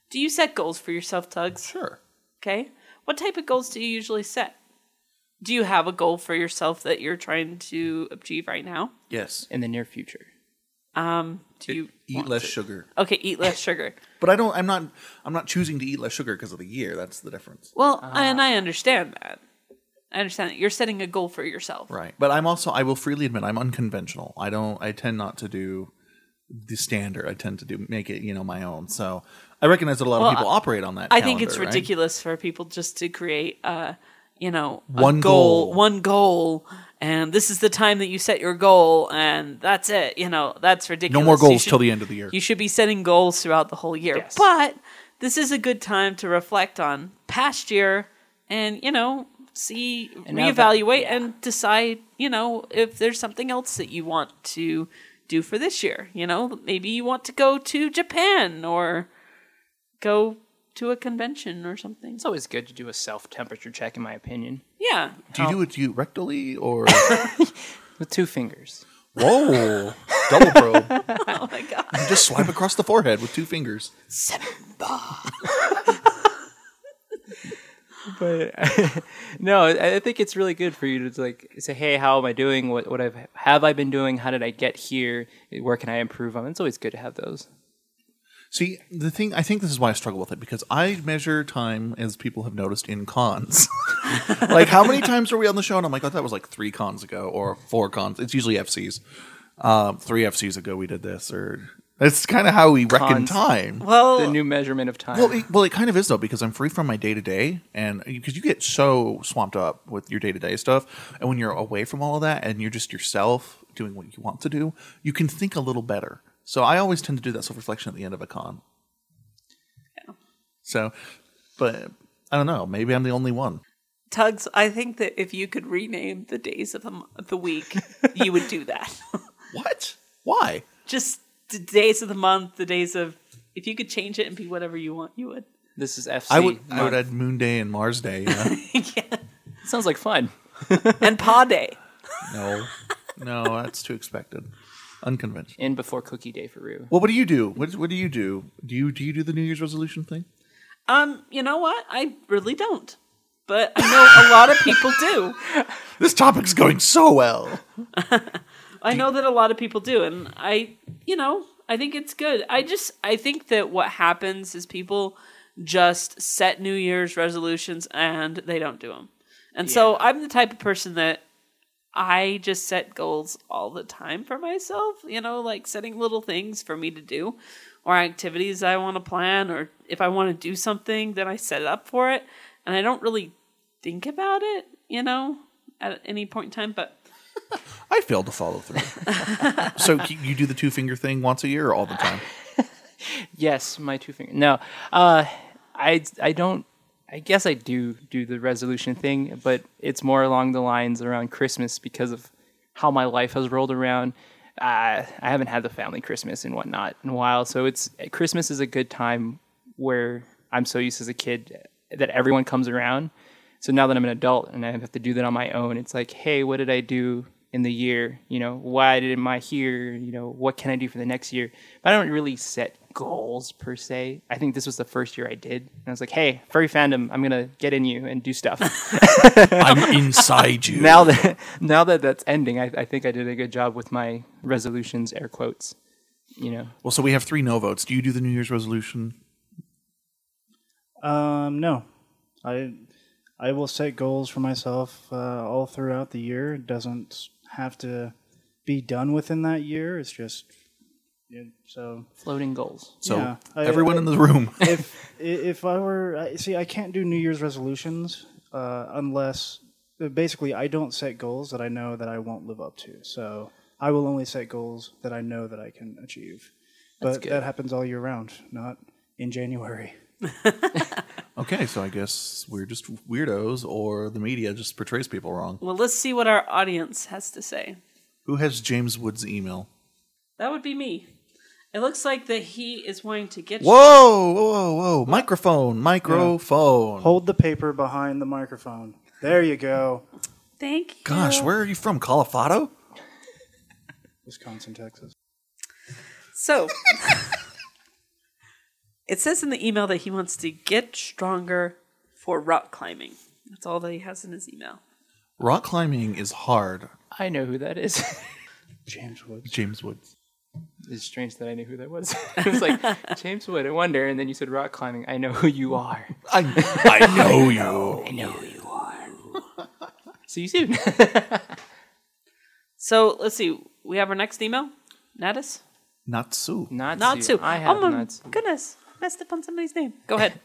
Do you set goals for yourself, Tugs?
Sure.
Okay. What type of goals do you usually set? Do you have a goal for yourself that you're trying to achieve right now?
Yes.
in the near future.
Um, do you
E, Eat
want
less
to-
sugar.
Okay, eat less sugar.
But I don't. I'm not. I'm not choosing to eat less sugar because of the year. That's the difference.
Well, and I understand that. I understand that you're setting a goal for yourself.
Right. But I'm also. I will freely admit I'm unconventional. I don't. I tend not to do the standard. I tend to do make it. You know, my own. So I recognize that a lot
Well,
of people operate on that.
I think
calendar,
it's
right?
ridiculous for people just to create, uh, you know, a
One goal.
one goal, and this is the time that you set your goal, and that's it. You know, that's ridiculous.
No more
You
goals
should-
till the end of the year.
You should be setting goals throughout the whole year.
Yes.
But this is a good time to reflect on past year and, you know, see,
now that-
reevaluate and decide, you know, if there's something else that you want to do for this year. You know, maybe you want to go to Japan or go to a convention or something.
It's always good to do a self temperature check, in my opinion,
Yeah.
Do you do it do you rectally
<laughs>
or
with two fingers.
whoa double probe?
<laughs> Oh my God.
You just swipe across the forehead with two fingers.
but <laughs> no, I I think it's really good for you to like say, "Hey, how am I doing? What what I've have I been doing? How did I get here? Where can I improve on?" It's always good to have those.
See, the thing I think this is why I struggle with it because I measure time, as people have noticed, in cons. <laughs> like how many times are we on the show? And I'm like, oh, that was like three cons ago or four cons. It's usually FCs. Um, three FCs ago we did this, or that's kind of how we reckon
Cons.
time.
Well,
The new measurement of time.
Well, it, well, it kind of is though because I'm free from my day to day, and because you get so swamped up with your day to day stuff, and when you're away from all of that, and you're just yourself doing what you want to do, you can think a little better. So I always tend to do that self reflection at the end of a con. So, but I don't know. Maybe I'm the only one.
Tugs, I think that if you could rename the days of the, mo- of the week, you would do that. <laughs>
What? Why?
just the days of the month, the days of if you could change it and be whatever you want, you would. <laughs>
this is FC.
I would. I
month.
would add Moon Day and Mars Day. Yeah.
Sounds like fun.
And Pa Day.
no, no, that's too expected. Unconventional.
In before Cookie Day for Rue.
Well, what do you do? What, what do you do? Do you do you do the New Year's resolution thing?
Um, you know what? I really don't. But I know a lot of people do.
This topic's going so well.
I know that a lot of people do, and I, you know, I think it's good. I just, I think that what happens is people just set New Year's resolutions and they don't do them. And so I'm the type of person that I just set goals all the time for myself, you know, like setting little things for me to do or activities I want to plan, or if I want to do something, then I set it up for it. And I don't really think about it, you know, at any point in time, but
I failed to follow through. <laughs> so you- you do the two finger thing once a year or all the time?
Yes, my two fingers. No, uh, I I don't. I guess I do do the resolution thing, but it's more along the lines around Christmas because of how my life has rolled around. Uh, I haven't had the family Christmas and whatnot in a while, so it's Christmas is a good time where I'm so used as a kid that everyone comes around. So now that I'm an adult and I have to do that on my own, it's like, hey, what did I do in the year? You know, why did I here? You know, what can I do for the next year? But I don't really set goals per se. I think this was the first year I did. And I was like, hey, furry fandom, I'm gonna get in you and do stuff. <laughs>
I'm inside you.
now that now that that's ending, I, I think I did a good job with my resolutions, air quotes. You know,
well, so we have three no votes. Do you do the New Year's resolution?
Um, no, I I will set goals for myself uh, all throughout the year. It doesn't have to be done within that year. It's just yeah, so.
floating goals.
So
Yeah. I-
everyone
I-
in the room. <laughs>
if i- if I were I- see, I can't do New Year's resolutions uh, unless basically I don't set goals that I know that I won't live up to. So I will only set goals that I know that I can achieve. But
good.
that happens all year round, not in January.
Okay, so I guess we're just weirdos, or the media just portrays people wrong.
Well, let's see what our audience has to say.
Who has James Woods' email?
That would be me. It looks like that he is wanting to get.
Whoa, whoa, whoa! Microphone, microphone.
Hold the paper behind the microphone. There you go.
Thank you.
Gosh, where are you from? Colorado?
Wisconsin, Texas.
So, <laughs> it says in the email that he wants to get stronger for rock climbing. That's all that he has in his email.
Rock climbing is hard.
I know who that is. <laughs>
James Woods.
James Woods.
It's strange that I knew who that was. <laughs> it was like James Wood. I wonder, and then you said rock climbing. I know who you are.
I, <laughs> I know you.
See you soon. <laughs>
So, let's see. We have our next email. Natus?
Natsu.
Natsu.
Natsu.
I have
oh my
Natsu. <laughs>
goodness. Messed up on somebody's name. Go ahead.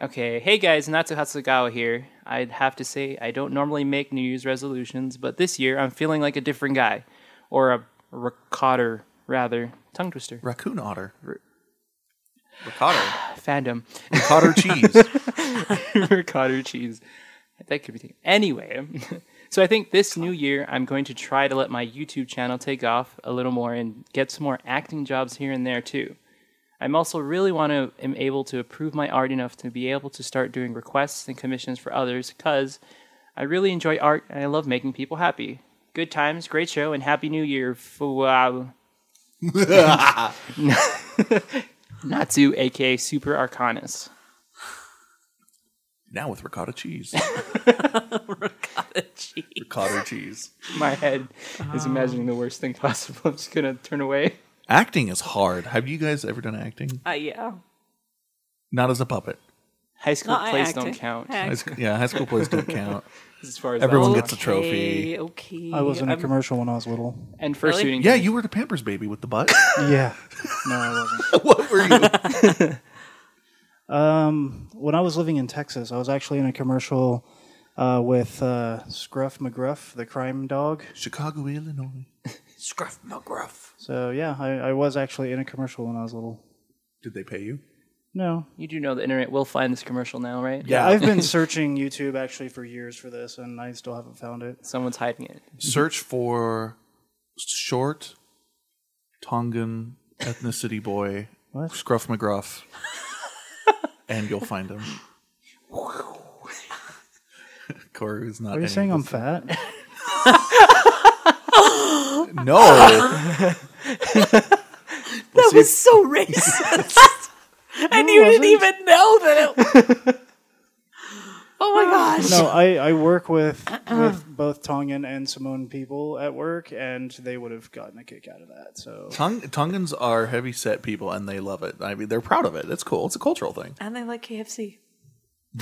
Okay, hey guys, Natsu Hatsugawa here. I'd have to say I don't normally make New Year's resolutions, but this year I'm feeling like a different guy, or a ricotter rather, tongue twister.
Raccoon otter.
Ricotta.
Fandom.
Ricotta
<laughs>
cheese.
ricotta cheese. That could be. taken. Anyway, <laughs> so I think this new year I'm going to try to let my YouTube channel take off a little more and get some more acting jobs here and there too. I'm also really want to am able to improve my art enough to be able to start doing requests and commissions for others because I really enjoy art and I love making people happy. Good times, great show, and happy new year. Wow. <laughs> Natsu, aka Super Arcanus.
Now with ricotta cheese.
<laughs> Ricotta cheese.
ricotta cheese.
<laughs> My head is imagining the worst thing possible. <laughs> I'm just gonna turn away.
Acting is hard. Have you guys ever done acting?
Uh, yeah.
Not as a puppet.
High school
Not
plays
acting.
don't count.
Act-
High school, yeah, high school plays don't
<laughs>
count.
As far as
Everyone
that-
gets a trophy.
Okay, okay.
I was in a
I'm-
commercial when I was little.
and first
Really?
shooting.
Yeah, you were the Pampers baby with the butt.
Yeah. No, I
<laughs>
wasn't.
what were you?
<laughs> Um, when I was living in Texas, I was actually in a commercial uh, with uh, Scruff McGruff, the crime dog.
Chicago, Illinois.
Scruff McGruff.
So yeah, I, I was actually in a commercial when I was little.
Did they pay you?
No,
You do know the internet will find this commercial now, right?
yeah,
<laughs>
I've been searching YouTube actually for years for this, and I still haven't found it.
Someone's hiding it.
Mm-hmm.
Search for short Tongan ethnicity boy
What?
Scruff McGruff, <laughs> and you'll find
<laughs>
him. Corey's not.
Are you
any
saying
of
I'm
this-
fat?
<laughs> No.
That was so <laughs> racist. and <laughs> you didn't even know that it.
<laughs>
oh my gosh. <laughs>
<laughs> no, I, I work with
Uh-uh.
with both Tongan and Samoan people at work, and they would have gotten a kick out of that. So
Tong- Tongans are heavy set people, and they love it. I mean, they're proud of it. That's cool. It's a cultural thing.
And they like KFC.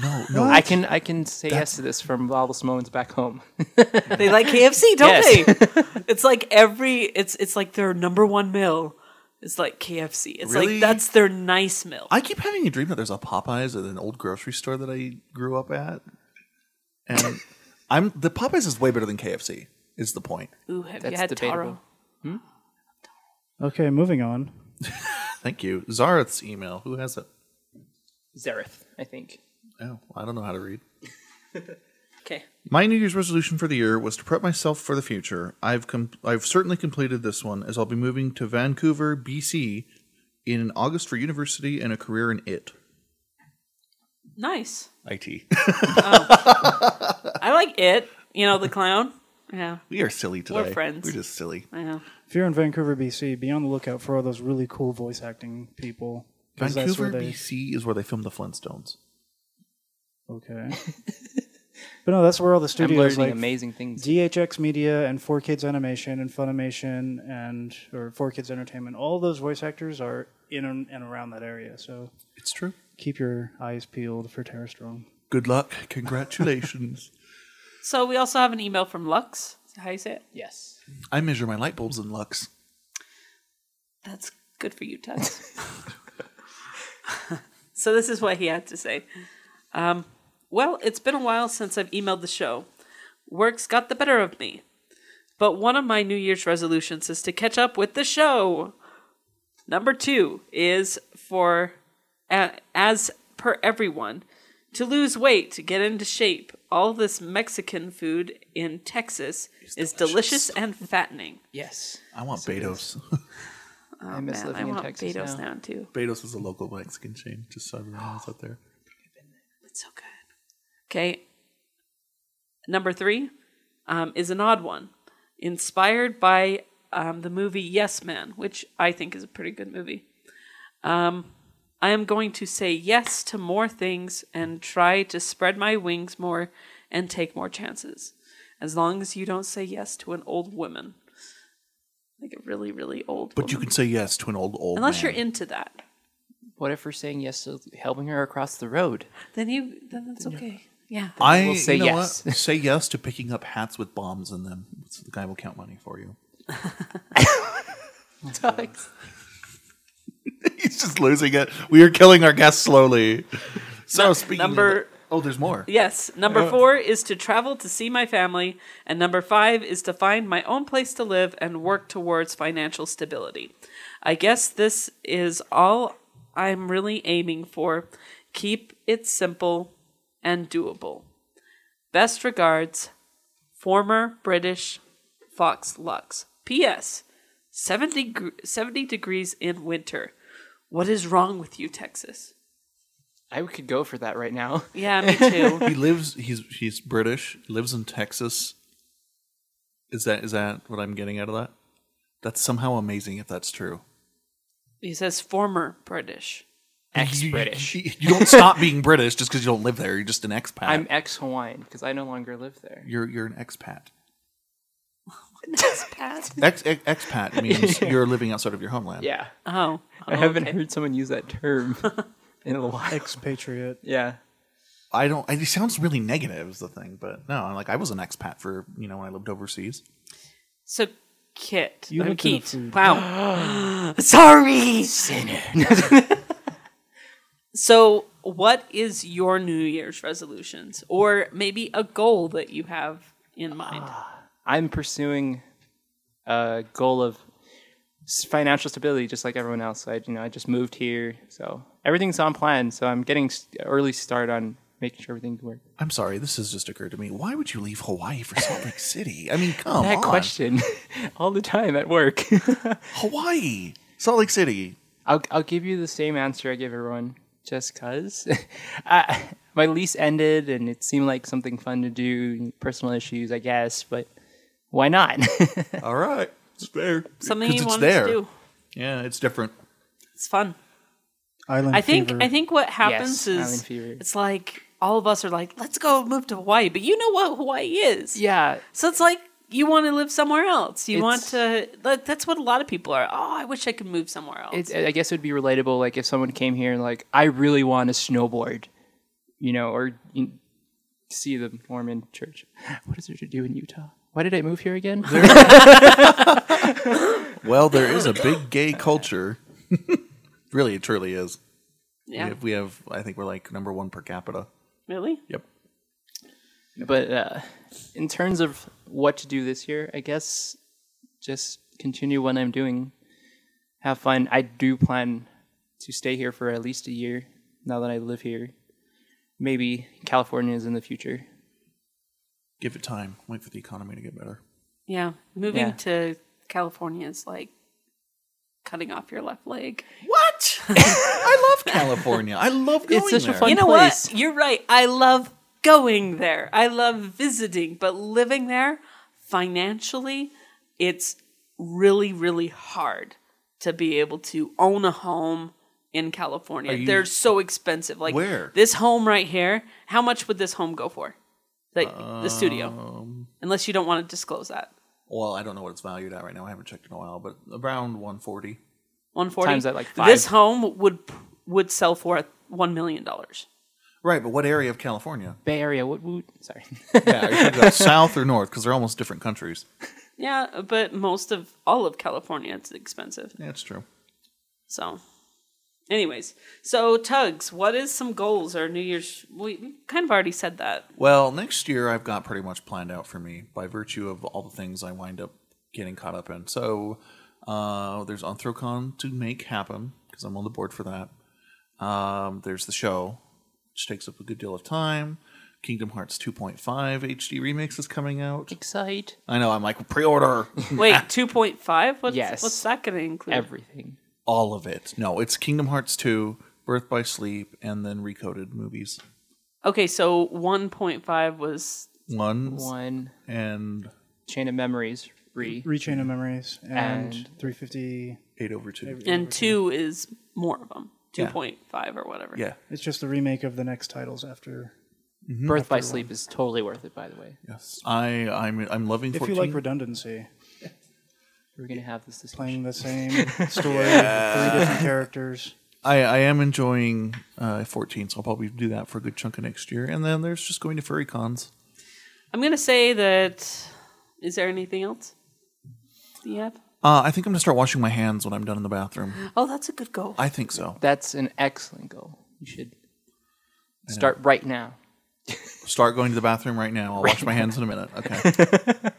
No, no.
I can I can say yes to this from Lawless Moments back home. <laughs>
They like KFC, don't
Yes. <laughs>
they? It's like every it's it's like their number one meal. It's like KFC. It's
Really?
like that's their nice meal.
I keep having a dream that there's a Popeyes at an old grocery store that I grew up at,
<laughs>
and I'm the Popeyes is way better than KFC. Is the point?
Ooh, have you
That's
had
debatable.
taro?
okay, moving on.
Thank you, Zareth's email. Who has it?
Zareth, I think.
Oh, I don't know how to read.
Okay.
My New Year's resolution for the year was to prep myself for the future. I've com- I've certainly completed this one as I'll be moving to Vancouver, BC, in August for university and a career in it.
Nice. Oh.
It.
<laughs>
I like it. You know, the clown. Yeah.
we are silly today.
We're friends.
We're just silly.
I know.
If you're in Vancouver, BC, be on the lookout for all those really cool voice acting people. 'cause that's
Vancouver,
where they-
BC is where they filmed the Flintstones.
<laughs>
Okay. but no, that's where all the
I'm
studios
learning
like
amazing things.
DHX Media and Four Kids Animation and Funimation and or Four Kids Entertainment. All those voice actors are in and and around that area. So
It's true.
keep your eyes peeled for Terra Strong.
Good luck. <laughs> Congratulations.
So we also have an email from Lux. Is that How you say it?
yes.
I measure my light bulbs in lux.
That's good for you,
<laughs>
Ted. <laughs> so this is what he had to say. Um, well, it's been a while since I've emailed the show. Work's got the better of me. But one of my New Year's resolutions is to catch up with the show. Number two is for, a as per everyone, to lose weight, to get into shape. All this Mexican food in Texas is delicious and fattening.
Yes.
I want Betos.
I miss
Oh, Man,
living
I
in
want
Texas
Beto's
now.
now. too.
Betos is a local Mexican chain, just so everyone knows out there.
It's so good. Okay. Number three um, is an odd one, inspired by um, the movie Yes Man, which I think is a pretty good movie. Um, I am going to say yes to more things and try to spread my wings more and take more chances. As long as you don't say yes to an old woman, like a really, really old.
But you
woman.
can say yes to an old old
unless
man.
you're into that,
What if we're saying yes to helping her across
<laughs>
the road?
then you then that's okay. Yeah.
I
We'll say
you know
yes.
what? say yes to picking up hats with bombs in them. So the guy will count money for you. He's just losing it. We are killing our guests slowly. So speaking
number-
of, oh, there's more.
Yes. Number four is to travel to see my family. And number five is to find my own place to live and work towards financial stability. I guess this is all I'm really aiming for. Keep it simple and doable. Best regards, former British Fox Lux. P.S. 70, gr- 70 degrees in winter. What is wrong with you, Texas?
I could go for that right now.
Yeah, me too.
<laughs> He lives. He's he's British. Lives in Texas. Is that is that what I'm getting out of that? That's somehow amazing if that's true.
He says former British.
Ex-British.
You, you don't stop being British just because you don't live there. You're just an expat.
I'm ex Hawaiian because I no longer live there.
you're you're an expat.
That's bad.
Ex, ex, expat means you're living outside of your homeland.
Yeah.
Oh,
I haven't heard someone use that
<laughs>
term in a while.
expatriate.
Yeah.
I don't. It sounds really negative is the thing, but no. I'm like I was an expat for you know when I lived overseas.
so Kit.
You
You
looked at the
Keat.
food.
Wow. Sorry. <laughs> so, what is your New Year's resolutions, or maybe a goal that you have in mind?
I'm pursuing a goal of s- financial stability, just like everyone else. I, you know, I just moved here, so everything's on plan. So I'm getting s- early start on making sure everything works.
I'm sorry. This has just occurred to me. Why would you leave Hawaii for Salt
<laughs>
Lake City? I mean, come
That
on.
question <laughs> all the time at work. <laughs>
Hawaii, Salt Lake City.
I'll I'll give you the same answer I give everyone, just cause. <laughs> I, my lease ended, and it seemed like something fun to do. and Personal issues, I guess, but why not? <laughs>
All right, it's there.
Something
'Cause
you
it's
wanted
there.
to do.
Yeah, it's different.
It's fun.
Island
I think.
fever.
I think what happens
Yes, island
is
fever.
it's like all of us are like, let's go move to Hawaii, but you know what Hawaii is.
yeah,
So it's like you want to live somewhere else. You want
It's-
to. Like, that's what a lot of people are. Oh, I wish I could move somewhere else.
it's, I guess it would be relatable. Like if someone came here and like, I really want to snowboard, you know, or you see the Mormon church. <laughs> What is there to do in Utah? Why did I move here again?
Well, there is a big gay culture. <laughs> really, it truly is.
yeah.
We, have, we have. I think we're like number one per capita.
Really?
Yep.
but uh, in terms of what to do this year, I guess just continue what I'm doing. Have fun. I do plan to stay here for at least a year now that I live here. Maybe California is in the future.
Give it time. Wait for the economy to get better.
Yeah. Moving
Yeah.
to California is like cutting off your left leg.
What? <laughs> I love California. I love going
It's such a
there.
fun-
you know
place.
what? You're right. I love going there. I love visiting, but living there financially, it's really, really hard to be able to own a home in California.
you-
They're so expensive. Like
Where?
this home right here, how much would this home go for? Like the studio. Unless you don't want to disclose that.
Well, I don't know what it's valued at right now. I haven't checked in a while, but around 140.
140
Times that, like,
This
five.
home would would sell for 1 million dollars.
Right, but what area of <laughs> California?
Bay Area, what woot? Sorry.
Yeah, are you talking about south or north? Because they're almost different countries.
Yeah, but most of all of California it's expensive.
Yeah, it's true.
So, anyways, so Tugs, what is some goals or New Year's? We we kind of already said
<laughs>
that.
Well, next year I've got pretty much planned out for me by virtue of all the things I wind up getting caught up in. So uh, there's Anthrocon to make happen because I'm on the board for that. Um, there's the show, which takes up a good deal of time. Kingdom Hearts 2.5 HD remix is coming out.
Excite.
I know I'm like pre-order
Wait, two point five. What's
Yes.
what's that going to include?
Everything.
all of it. No, it's Kingdom Hearts 2, Birth by Sleep, and then recoded movies.
Okay, so one point five was
One
One
and
chain of memories.
Mm-hmm.
Re.
Rechain of Memories and,
And-
350.
eight over two.
and two is more of them. Two
Yeah.
point five or whatever.
Yeah.
It's just the remake of the next titles after.
Mm-hmm.
Birth by Sleep is totally worth it, by the way.
Yes. I I'm I'm loving.
If
14.
you like redundancy,
We're going to have this discussion.
playing the same story, three different characters.
I, I am enjoying uh, 14, so I'll probably do that for a good chunk of next year. And then there's just going to furry cons.
I'm gonna say that. Is there anything else? Do you have?
Uh, I think I'm going to start washing my hands when I'm done in the bathroom.
Oh, that's a good goal.
I think so.
That's an excellent goal. You should Start right now.
Start going to the bathroom right now. I'll wash my hands in a minute. Okay.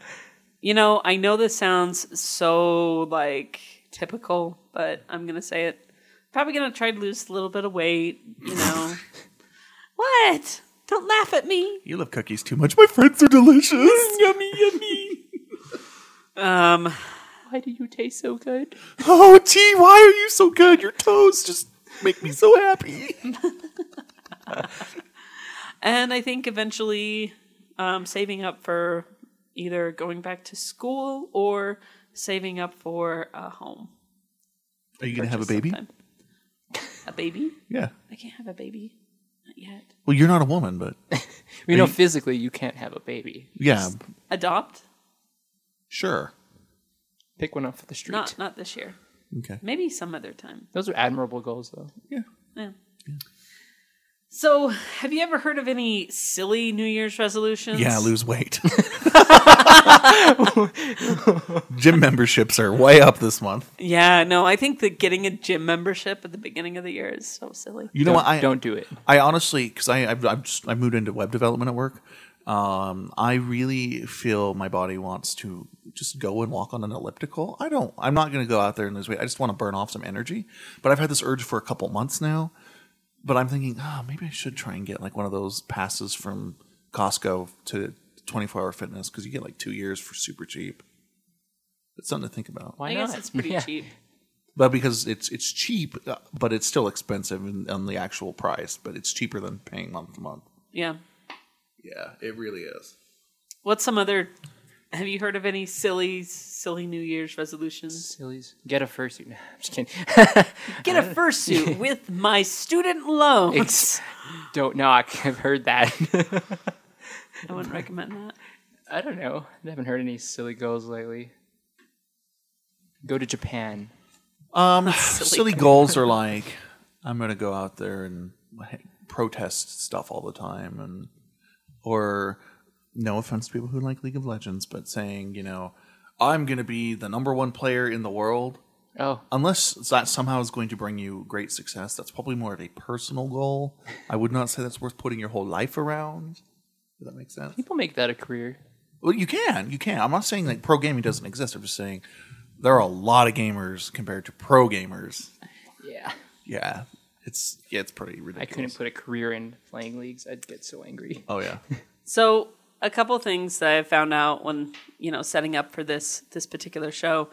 You know, I know this sounds so like typical, but I'm gonna say it. Probably gonna try to lose a little bit of weight. You
<laughs>
know, what? Don't laugh at me.
you love cookies too much. My friends are
<laughs>
delicious.
Yummy, yummy.
Um,
Why do you taste so good?
Oh, T, why are you so good? Your toes just make me so happy.
and I think eventually, um, saving up for either going back to school or saving up for a home.
Are you going to have a
Just
baby?
sometime. A baby?
Yeah.
I can't have a baby. Not yet.
Well, you're not a woman, but
You know, physically, you can't have a baby.
yeah,
Adopt?
sure.
Pick one up for the street.
Not not this year.
Okay.
Maybe some other time.
Those are admirable goals, though.
Yeah. So, have you ever heard of any silly New Year's resolutions?
Yeah, lose weight. Gym memberships are way up this month.
Yeah, no, I think that getting a gym membership at the beginning of the year is so silly.
You know
don't,
what? I
don't do it.
I honestly, because I I've, I've just, I moved into web development at work. Um, I really feel my body wants to just go and walk on an elliptical. I don't. I'm not going to go out there and lose weight. I just want to burn off some energy. But I've had this urge for a couple months now. But I'm thinking, oh, maybe I should try and get like one of those passes from Costco to 24 Hour Fitness because you get like two years for super cheap. It's something to think about.
Why
I
not?
guess it's pretty
Yeah.
cheap.
But because it's it's cheap, uh, but it's still expensive in, on the actual price. But it's cheaper than paying month to month.
Yeah.
Yeah, it really is.
What's some other have you heard of any silly silly New Year's resolutions?
Sillies. Get a fursuit. Nah, <laughs> I'm
<laughs>
just kidding.
Get
<laughs>
a fursuit with my student loans.
Ex- don't knock. <laughs> I've heard that.
I wouldn't recommend that.
I don't know. I haven't heard any silly goals lately. Go to Japan.
Um, silly, goals are like I'm gonna go out there and protest stuff all the time, and or no offense to people who like League of Legends, but saying you know I'm gonna be the number one player in the world.
Oh,
Unless that somehow is going to bring you great success, that's probably more of a personal goal. I would not say that's worth putting your whole life around. Does that make sense?
people make that a career.
Well, you can, you can. I'm not saying like pro gaming doesn't exist. I'm just saying there are a lot of gamers compared to pro gamers.
Yeah.
Yeah, it's yeah, it's pretty
I
ridiculous.
couldn't put a career in playing leagues. I'd get so angry.
Oh yeah,
So a couple things that I found out when you know setting up for this this particular show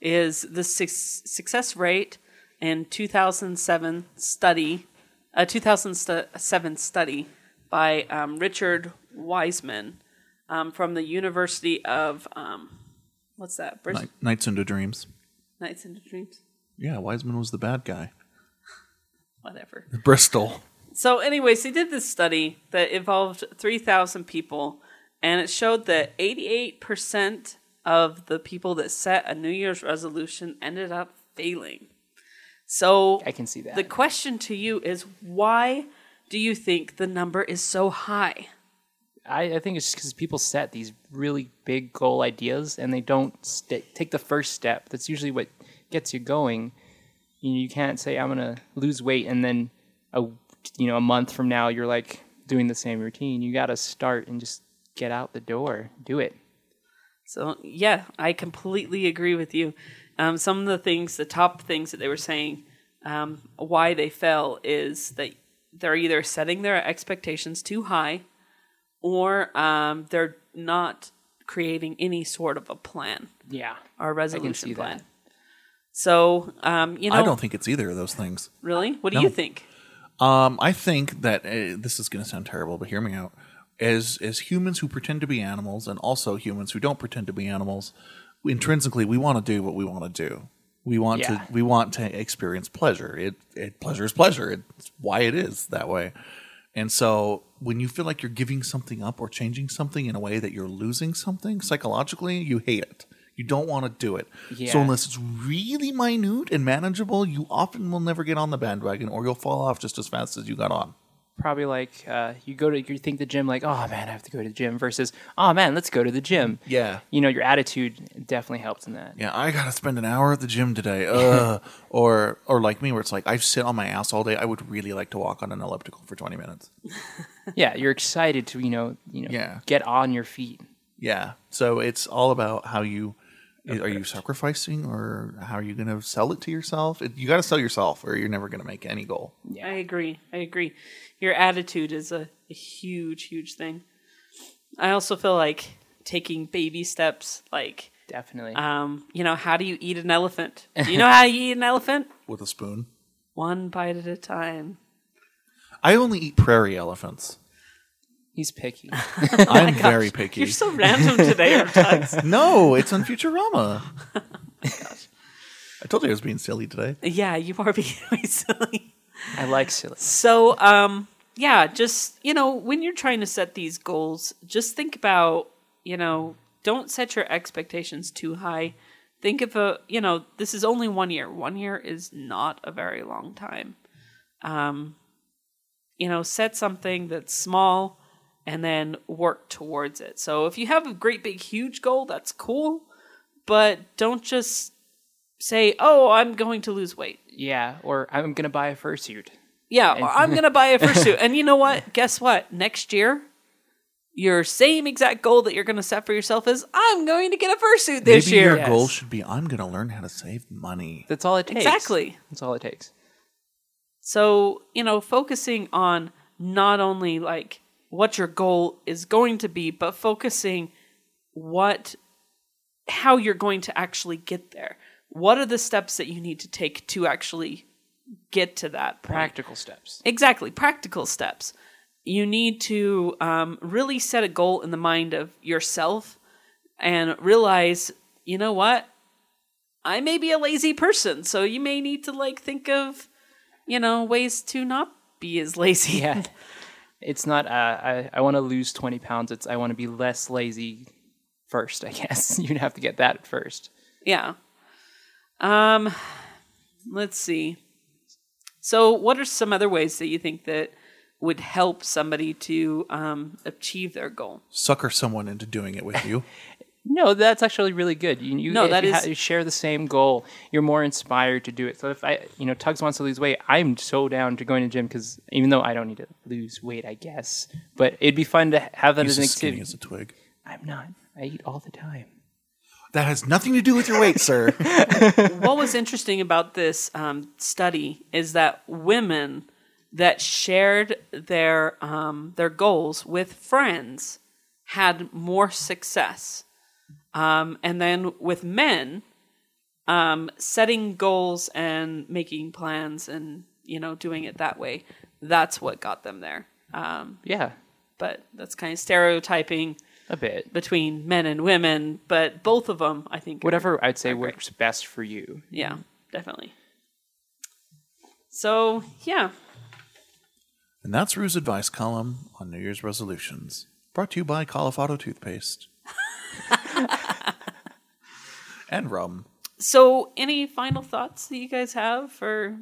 is the su- success rate in 2007 study, uh, a 2007 study by um, Richard Wiseman um, from the University of um, what's that? Bris-
Night, Nights into Dreams.
Nights into Dreams,
Yeah, Wiseman was the bad guy.
whatever.
Bristol.
So, anyways, they did this study that involved 3,000 people, and it showed that 88% of the people that set a New Year's resolution ended up failing. So,
I can see that.
the question to you is why do you think the number is so high?
I, I think it's just because people set these really big goal ideas and they don't stick, take the first step. That's usually what gets you going. You, know, you can't say I'm gonna lose weight and then a you know a month from now you're like doing the same routine. You got to start and just get out the door, do it.
So, yeah, I completely agree with you. Um, some of the things, the top things that they were saying, um, why they fell is that they're either setting their expectations too high or um, they're not creating any sort of a plan
Yeah,
or resolution
see
plan.
that.
So, um, you know,
I don't think it's either of those things.
really? What do you think?
Um, I think that uh, this is going to sound terrible, but hear me out. As as humans who pretend to be animals, and also humans who don't pretend to be animals, intrinsically we want to do what we want to do. We want
Yeah.
to we want to experience pleasure. It, it pleasure is pleasure. It's why it is that way. And so when you feel like you're giving something up or changing something in a way that you're losing something psychologically, you hate it. You don't want to do it. So
Yeah.
unless it's really minute and manageable, you often will never get on the bandwagon or you'll fall off just as fast as you got on.
probably like uh, you go to you think the gym like oh man I have to go to the gym versus oh man let's go to the gym.
Yeah.
You know your attitude definitely helps in that.
yeah, I gotta spend an hour at the gym today. <laughs> Uh, or or like me, where it's like I sit on my ass all day. I would really like to walk on an elliptical for twenty minutes.
Yeah, you're excited to you know you know
Yeah.
get on your feet.
Yeah, so it's all about how you are you sacrificing or how are you gonna sell it to yourself? It, you gotta sell yourself, or you're never gonna make any goal.
I agree. I agree. Your attitude is a, a huge, huge thing. I also feel like taking baby steps, like,
Definitely.
um, you know, how do you eat an elephant? Do you know how you eat an elephant?
with a spoon.
One bite at a time.
I only eat prairie elephants.
He's picky.
I'm very picky.
Oh You're so <laughs> random today, Artax.
no, it's on Futurama. <laughs> I told you I was being silly today.
yeah, you are <laughs> being really silly.
I like silly.
So, um, yeah, just, you know, when you're trying to set these goals, just think about, you know, don't set your expectations too high. Think of a, you know, this is only one year. One year is not a very long time. Um, you know, set something that's small and then work towards it. So if you have a great big huge goal, that's cool, but don't just say, "Oh, I'm going to lose weight."
Yeah, or I'm gonna buy a fursuit.
Yeah, or I'm gonna
<laughs>
buy a fursuit. And you know what? Guess what? Next year, your same exact goal that you're gonna set for yourself is I'm going to get a fursuit this
Maybe
year.
your goal should be I'm going to learn how to save money.
That's all it takes.
Exactly.
That's all it takes.
So, you know, focusing on not only like what your goal is going to be, but focusing what how you're going to actually get there. What are the steps that you need to take to actually get to that point?
Practical steps.
Exactly, practical steps. You need to um, really set a goal in the mind of yourself and realize, you know what? I may be a lazy person, so you may need to like think of, you know, ways to not be as <laughs> lazy.
Yeah. <laughs> It's not uh, I, I want to lose 20 pounds. It's I want to be less lazy first, I guess. <laughs> You'd have to get that first.
Yeah. Um let's see. So what are some other ways that you think that would help somebody to um, achieve their goal?
Sucker someone into doing it with
<laughs>
you.
No, that's actually really good. You, you,
No,
if
that
you
is-
you share the same goal. You're more inspired to do it. So if I, you know, Tugs wants to lose weight, I'm so down to going to gym because even though I don't need to lose weight, I guess, but it'd be fun to have that
He's
as an
as skinny
activity.
as a twig.
I'm not. I eat all the time.
That has nothing to do with your
<laughs>
weight, sir.
what was interesting about this um, study is that women that shared their um, their goals with friends had more success, um, and then with men, um, setting goals and making plans and you know doing it that way, that's what got them there. Um,
Yeah,
but that's kind of stereotyping
a bit.
between men and women, but both of them, I think, are-
Whatever I'd say works best for you.
yeah, definitely. So yeah,
and that's Rue's advice column on New Year's resolutions, brought to you by Califado toothpaste <laughs> and rum.
so any final thoughts that you guys have for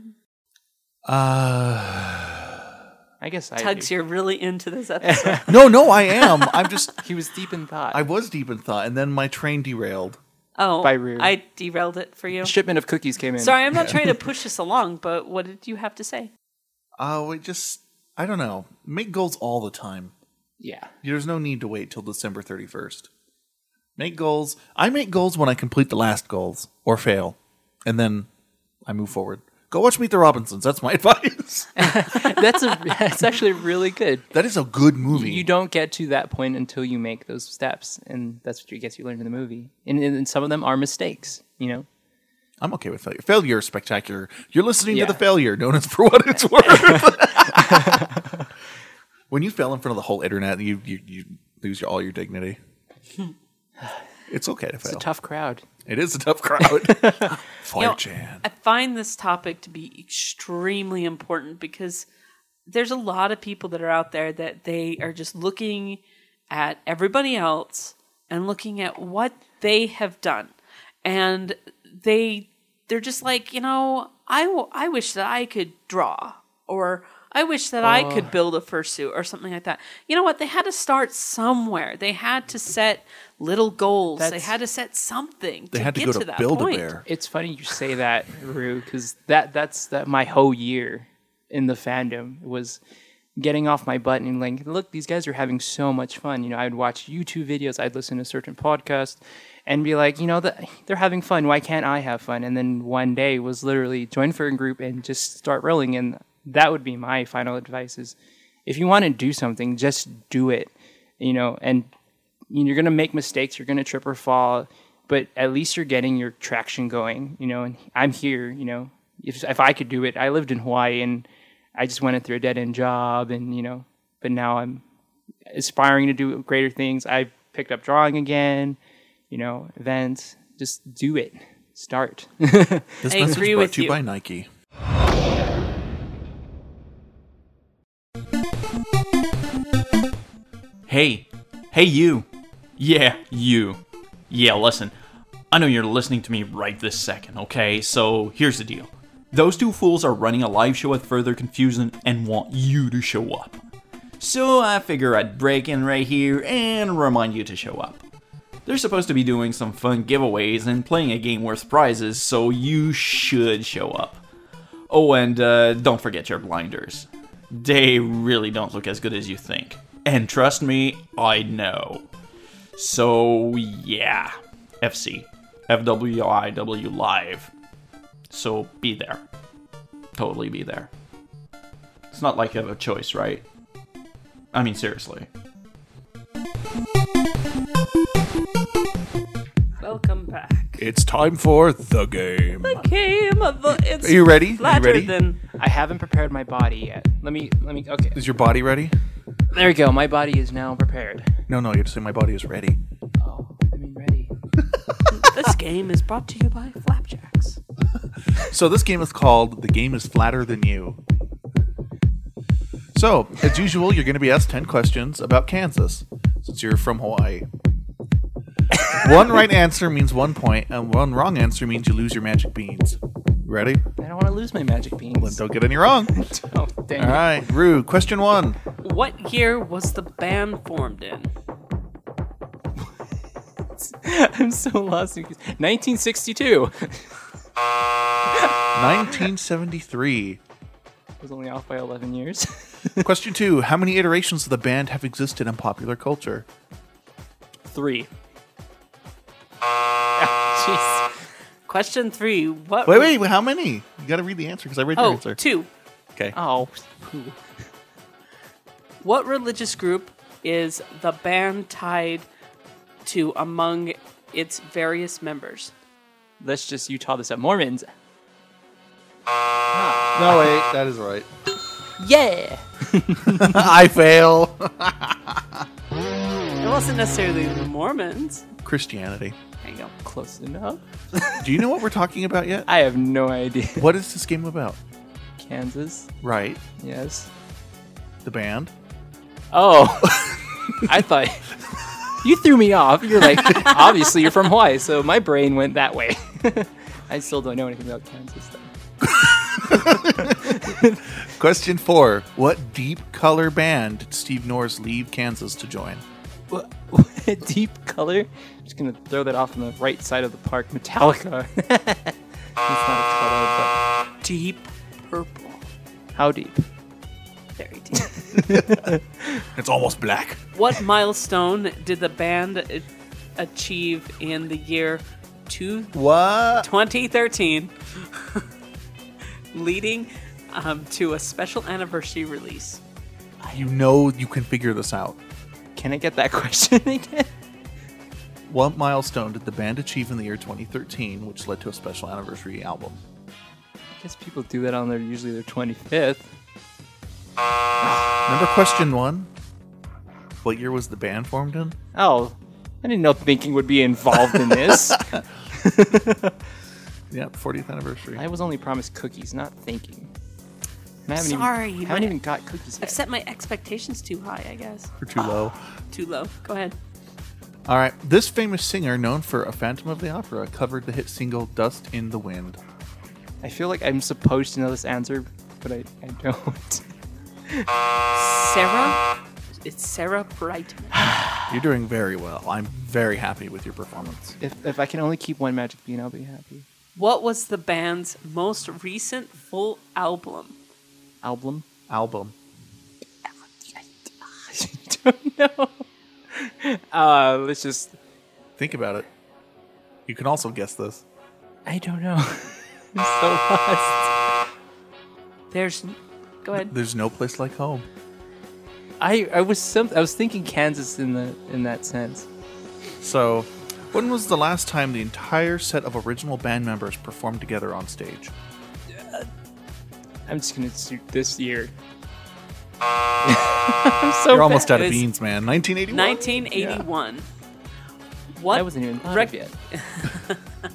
Uh,
I guess I.
Tugs?
do.
You're really into
<laughs>
this episode.
no, no, I am. I'm just.
He was deep in thought.
I was deep in thought, and then my train derailed.
oh,
By Rue.
I derailed it for you.
Shipment of cookies came in.
Sorry, I'm not trying to push this along, but what did you have to say?
Oh, it just. I don't know. Make goals all the time.
Yeah. <laughs>
There's no need to wait till December 31st. Make goals. I make goals when I complete the last goals or fail, and then I move forward. Go watch Meet the Robinsons. That's my <laughs> advice.
That's a. <laughs> That's actually really good.
that is a good movie.
You don't get to that point until you make those steps, and that's what you guess you learn in the movie. And, and, and some of them are mistakes. You know,
I'm okay with failure. Failure is spectacular. You're listening
Yeah.
to the failure, known as for what it's worth.
<laughs>
when you fail in front of the whole internet, you you, you lose your, all your
<laughs>
dignity. It's okay to fail.
it's a tough crowd.
it is a tough
<laughs>
crowd. Fire
know,
Chan.
I find this topic to be extremely important because there's a lot of people that are out there that they are just looking at everybody else and looking at what they have done. And they they're just like, you know, I w- I wish that I could draw or I wish that I
Oh.
could build a fursuit or something like that. You know what? They had to start somewhere. They had to set little goals. they
That's-
had to set something.
They had to
get
go
to,
to
that
Build a
point.
Bear.
It's funny you say that, Rue, because that that's that my whole year in the fandom was getting off my butt and like, look, these guys are having so much fun. You know, I'd watch YouTube videos, I'd listen to certain podcasts, and be like, you know, that they're having fun. Why can't I have fun? And then one day was literally join for a group and just start rolling. And that would be my final advice: is if you want to do something, just do it. You know, and you're going to make mistakes you're going to trip or fall but at least you're getting your traction going you know and i'm here you know if, if i could do it i lived in hawaii and i just went in through a dead-end job and you know but now i'm aspiring to do greater things i picked up drawing again you know events just do it start <laughs>
This
I
message
agree
brought
with
to you
you.
by Nike.
Hey, hey, you. Yeah, you. Yeah, listen, I know you're listening to me right this second, okay? So here's the deal those two fools are running a live show at Further Confusion and want you to show up. So I figure I'd break in right here and remind you to show up. They're supposed to be doing some fun giveaways and playing a game worth prizes, so you should show up. Oh, and uh, don't forget your blinders. They really don't look as good as you think. And trust me, I know. So, yeah. FC. FWIW Live. So, be there. Totally be there. It's not like you have a choice, right? I mean, seriously.
Welcome back.
It's time for the game.
Came of the. It's
Are you ready? You
flatter
ready? <laughs>
than
i haven't prepared my body yet let me let me okay
Is your body ready?
there we go my body is now prepared
No, no, you have to say my body is ready.
oh i mean ready
this game is brought to you by Flapjacks.
So this game is called The Game is Flatter Than You. So, as usual, you're going to be asked 10 questions about Kansas since you're from Hawaii. one right answer means one point, and one wrong answer means you lose your magic beans. Ready?
i don't want to lose my magic beans
Don't get any wrong.
oh dang
All
it.
right, Rue, question one.
What year was the band formed in?
<laughs> I'm so lost. 1962. I
1973.
<laughs> was only off by 11 years. <laughs>
question two. How many iterations of the band have existed in popular culture?
Three. <laughs> Ah, Jeez.
Question three. What?
Wait, wait, how many? You got to read the answer because I read your
Oh,
answer.
two.
Okay.
Oh,
What religious group is the band tied to among its various members?
let's just Utah this up. Mormons.
No, wait, that is right.
Yeah.
<laughs> I fail.
It wasn't necessarily the Mormons.
Christianity.
There you go.
Close enough.
Do you know what we're talking about yet?
I have no idea. <laughs>
What is this game about?
Kansas.
Right.
Yes.
The band.
Oh. <laughs> I thought you threw me off. You're like, obviously you're from Hawaii, so my brain went that way. <laughs> I still don't know anything about Kansas. Though.
Question four. What deep color band did Steve Norris leave Kansas to join?
What- <laughs> what deep color. I'm just gonna throw that off on the right side of the park. Metallica. <laughs> it's not a color,
Deep purple.
but how deep?
Very deep.
<laughs> It's almost black.
what milestone did the band a- achieve in the year two-
What?
2013, leading um, to a special anniversary release?
You know you can figure this out.
Can I get that <laughs> question again?
What milestone did the band achieve in the year 2013, which led to a special anniversary album?
I guess people do that on their usually their 25th.
Remember question one? What year was the band formed in?
Oh, I didn't know thinking would be involved in this.
Yep, 40th anniversary.
I was only promised cookies, not thinking. And I haven't
Sorry, you
even, haven't
might-
even got cookies
I've
yet.
set my expectations too high, I guess.
Or too low.
Too low. Go ahead.
All right. This famous singer, known for A Phantom of the Opera, covered the hit single Dust in the Wind.
I feel like I'm supposed to know this answer, but I, I don't. <laughs>
Sarah? It's Sarah Brightman.
You're doing very well. I'm very happy with your performance.
If, if I can only keep one magic bean, I'll be happy.
What was the band's most recent full album?
Album?
Album.
<laughs> Don't know. Uh, let's just.
Think about it. You can also guess this.
I don't know. <laughs> I'm so lost.
There's. Go ahead.
There's no place like home.
I, I was some, I was thinking Kansas in the in that sense.
So, when was the last time the entire set of original band members performed together on stage?
I'm just gonna shoot this year. I'm
Oh,
so
You're almost
bad.
out of
It's-
beans, man. 1981.
1981. What?
I wasn't even thought
rec-
of yet.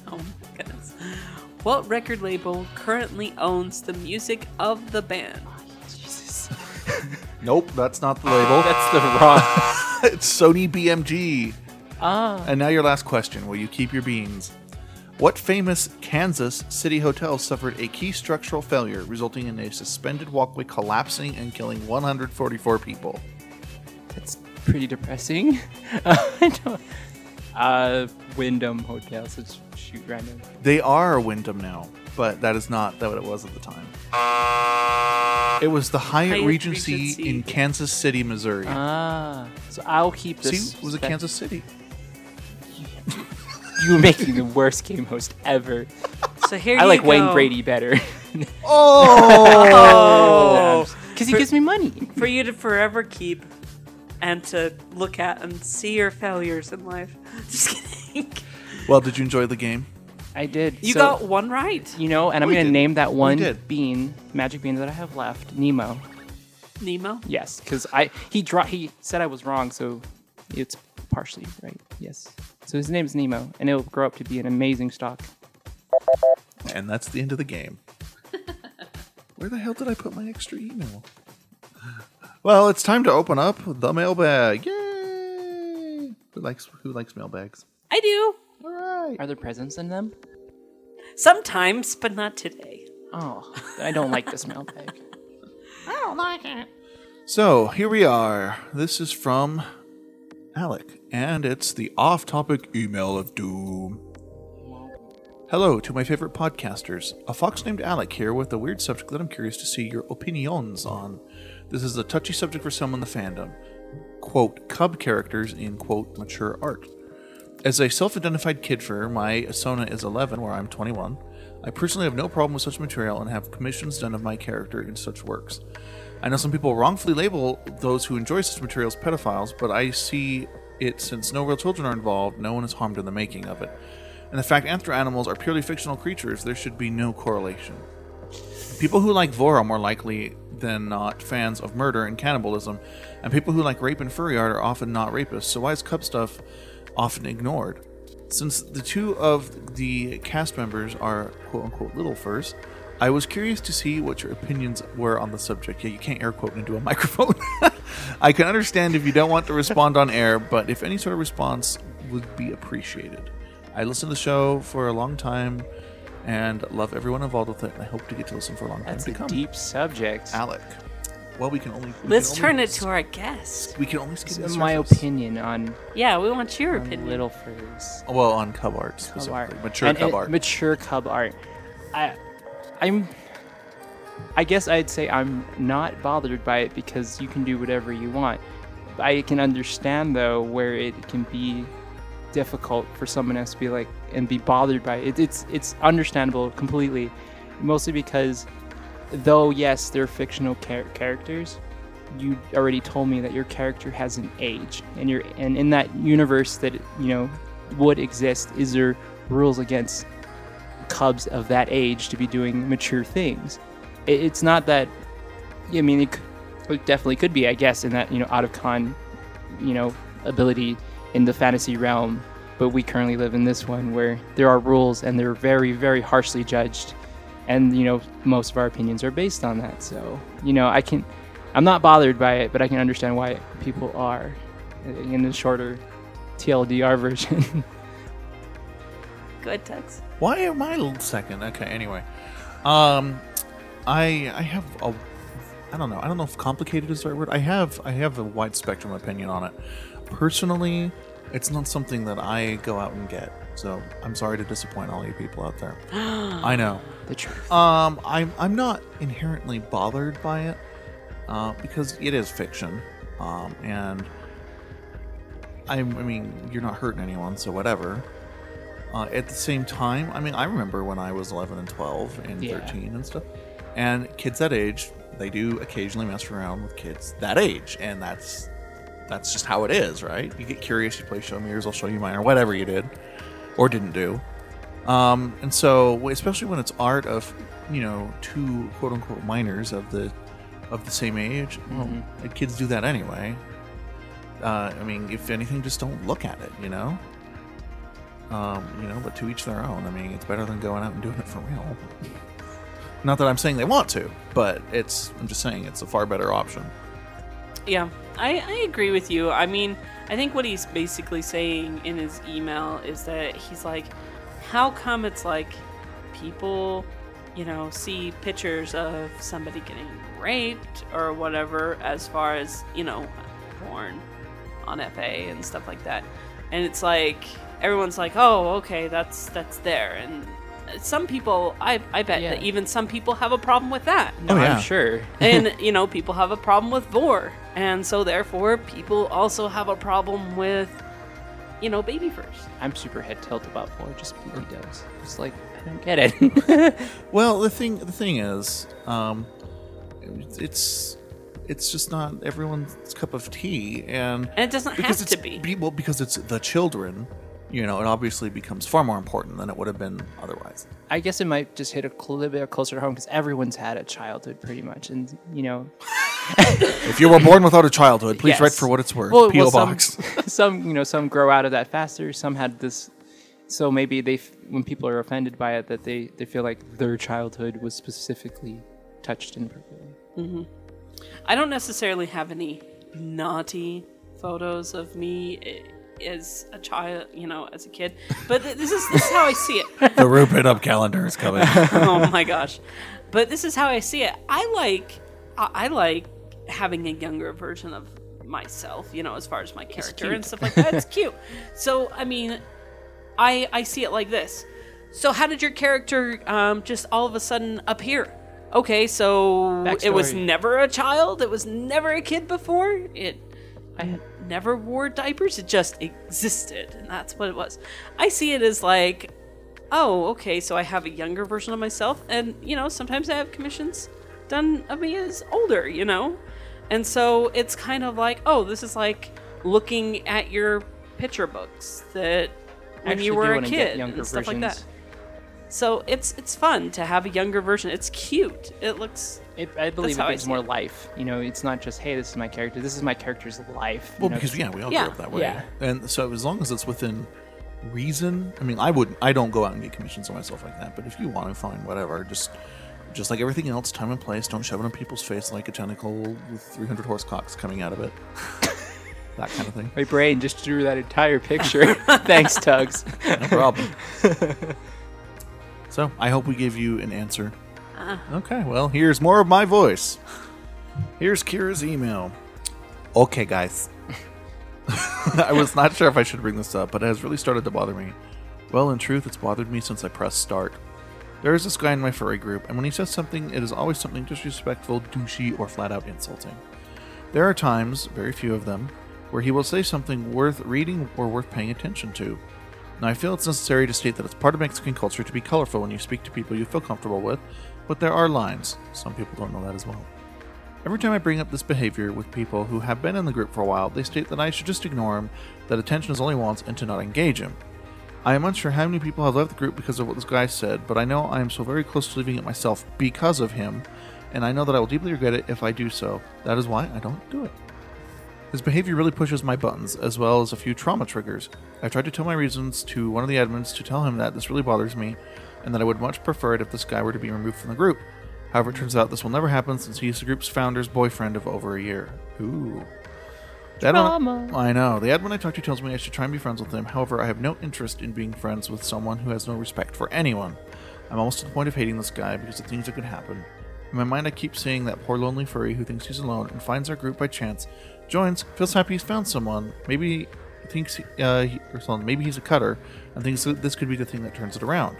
Oh my goodness. What record label currently owns the music of the band?
Nope, that's not the label.
That's the wrong.
it's Sony BMG.
ah,
And now your last question. Will you keep your beans? What famous Kansas City hotel suffered a key structural failure, resulting in a suspended walkway collapsing and killing 144 people?
that's pretty depressing. <laughs> I don't- uh, Wyndham Hotel. So just shoot random.
They are Wyndham now, but that is not that what it was at the time. It was the Hyatt,
Hyatt
Regency,
Regency.
in Kansas City, Missouri.
Ah, so I'll keep this.
See, it was a
spec-
Kansas City.
You were making the worst game host ever.
So here
I
you
like Wayne
go.
Brady better. <laughs>
Oh.
Because he gives me money.
For you to forever keep and to look at and see your failures in life. <laughs> Just kidding.
Well, did you enjoy the game?
I did.
You
So,
got one right,
You know, and I'm
We
going
did.
to name that one
did.
bean, magic bean that I have left, Nemo.
Nemo.
Yes, because I he dro- he said I was wrong, so it's partially right. Yes. So his name is Nemo, and it'll grow up to be an amazing stock.
And that's the end of the game. Where the hell did I put my extra email? Well, it's time to open up the mailbag. Yay! Who likes who likes mailbags?
I do.
All right.
Are there presents in them?
Sometimes, but not today.
Oh, I don't like this mailbag.
So here we are. This is from Alec, and it's the off topic email of doom. Hello to my favorite podcasters. A fox named Alec here with a weird subject that I'm curious to see your opinions on. This is a touchy subject for some in the fandom. Quote, cub characters in quote, mature art. As a self identified kid for my Sona is 11, where I'm 21, I personally have no problem with such material and have commissions done of my character in such works. I know some people wrongfully label those who enjoy such materials pedophiles, but I see it since no real children are involved, no one is harmed in the making of it. And the fact after animals are purely fictional creatures, there should be no correlation. People who like Vor are more likely than not fans of murder and cannibalism, and people who like rape and furry art are often not rapists, so why is Cub stuff often ignored? Since the two of the cast members are quote unquote little furs, I was curious to see what your opinions were on the subject. Yeah, you can't air quote into a <laughs> microphone. I can understand if you don't want to respond on air, but if any sort of response would be appreciated. I listened to the show for a long time and love everyone involved with it, and I hope to get to listen for a long time
That's
to
a
come.
deep subject.
Alec. Well, we can only. we
Let's
can
turn
only-
it to our guest.
We can only skip
This
the
is my
surface.
opinion on,
Yeah, we want your
on
opinion.
little furs.
Well, on cub art
Cub
specifically,
art.
mature
And-
cub
and
art.
Mature cub art. I, I'm. I guess I'd say I'm not bothered by it because you can do whatever you want. I can understand though where it can be difficult for someone else to be like and be bothered by it. It's it's understandable completely, mostly because though yes they're fictional char- characters, you already told me that your character has an age and you're and in that universe that you know would exist is there rules against cubs of that age to be doing mature things it, it's not that i mean it, c- it definitely could be i guess in that you know out of con you know ability in the fantasy realm but we currently live in this one where there are rules and they're very very harshly judged and you know most of our opinions are based on that so you know i can i'm not bothered by it but i can understand why people are in the shorter tldr version
Go ahead, Tux.
Why am I l- second? Okay, anyway. Um I I have a I don't know. I don't know if complicated is the right word. I have I have a wide spectrum opinion on it. Personally, it's not something that I go out and get. So I'm sorry to disappoint all you people out there. I know.
The truth.
Um, I'm I'm not inherently bothered by it uh, because it is fiction, um, and I, I mean you're not hurting anyone, so whatever. Uh, at the same time, I mean I remember when I was 11 and 12 and
Yeah.
13 and stuff, and kids that age they do occasionally mess around with kids that age, and that's that's just how it is, right? You get curious, you play show me yours, I'll show you mine, or whatever you did or didn't do. Um, and so, especially when it's art of, you know, two quote unquote minors of the of the same age, well, kids do that anyway. Uh, I mean, if anything, just don't look at it, you know. Um, you know, but to each their own. I mean, it's better than going out and doing it for real. <laughs> Not that I'm saying they want to, but it's. I'm just saying it's a far better option.
Yeah, I, I agree with you. I mean, I think what he's basically saying in his email is that he's like, how come it's like people, you know, see pictures of somebody getting raped or whatever as far as, you know, porn on FA and stuff like that. And it's like everyone's like, "Oh, okay, that's that's there." And some people I I bet
Yeah.
that even some people have a problem with that
No,
Oh, yeah.
I'm sure.
<laughs>
and you know people have a problem with vor and so therefore people also have a problem with you know baby first
I'm super head tilt about four. Just BD does. It's like I don't get it. <laughs>
Well, the thing the thing is, um, it's it's just not everyone's cup of tea, and
and it doesn't
because
have
it's
to be
well because it's the children, you know, it obviously becomes far more important than it would have been otherwise.
I guess it might just hit a cl- little bit closer to home because everyone's had a childhood pretty much, and you know,
If you were born without a childhood, please
yes.
write for what it's worth.
Well-
PO
well,
um,
some-
box.
<laughs> Some you know, some grow out of that faster. Some had this, so maybe they, f- when people are offended by it, that they they feel like their childhood was specifically touched inappropriately.
i don't necessarily have any naughty photos of me i- as a child you know as a kid but th- this is this is how i see
<laughs>
it
the Rupert Up calendar is coming.
<laughs> oh my gosh but this is how i see it i like i I like having a younger version of myself you know as far as my character and stuff like that <laughs> it's cute so i mean i i see it like this so how did your character um, just all of a sudden appear okay so it was
Backstory.
never a child it was never a kid before it I had never wore diapers. It just existed, and that's what it was. I see it as like, oh, okay, so I have a younger version of myself, and you know, sometimes I have commissions done of me as older, you know, and so it's kind of like, oh, this is like looking at your picture books that when
Actually
you
do
were a
wanna get
kid
younger
and stuff like that.
versions.
So it's it's fun to have a younger version. It's cute. It looks
It, I believe
how
it
I
gives
see
more
it.
life. You know, it's not just hey, this is my character. This is my character's life. you
Well,
know,
because yeah, we all
Yeah.
grew up that way,
Yeah.
and so as long as it's within reason, I mean, I wouldn't, I don't go out and get commissions on myself like that. But if you want to, fine, whatever. Just, just like everything else, time and place. Don't shove it in people's face like a tentacle with 300 horse cocks coming out of it. <laughs> that kind of thing.
my brain just drew that
<laughs>
entire picture. <laughs> Thanks, Tugs.
No problem. <laughs> so I hope we gave you an answer. Okay, well, here's more of my voice. Here's Kira's email. Okay, guys. <laughs> I was not sure if I should bring this up, but it has really started to bother me. Well, in truth, it's bothered me since I pressed start. There is this guy in my furry group, and when he says something, it is always something disrespectful, douchey, or flat out insulting. There are times, very few of them, where he will say something worth reading or worth paying attention to. Now, I feel it's necessary to state that it's part of Mexican culture to be colorful when you speak to people you feel comfortable with, but there are lines. Some people don't know that as well. Every time I bring up this behavior with people who have been in the group for a while, they state that I should just ignore him, that attention is all he wants, and to not engage him. I am unsure how many people have left the group because of what this guy said, but I know I am so very close to leaving it myself because of him, and I know that I will deeply regret it if I do so. That is why I don't do it. His behavior really pushes my buttons, as well as a few trauma triggers. I tried to tell my reasons to one of the admins to tell him that this really bothers me, and that I would much prefer it if this guy were to be removed from the group. However, it turns out this will never happen since he's the group's founder's boyfriend of over a year. Ooh. That trauma. I know. The admin I talked to tells me I should try and be friends with him. However, I have no interest in being friends with someone who has no respect for anyone. I'm almost to the point of hating this guy because of things that could happen. In my mind, I keep seeing that poor lonely furry who thinks he's alone and finds our group by chance, joins, feels happy he's found someone, maybe thinks uh, he, or someone, maybe he's a cutter, and thinks that this could be the thing that turns it around.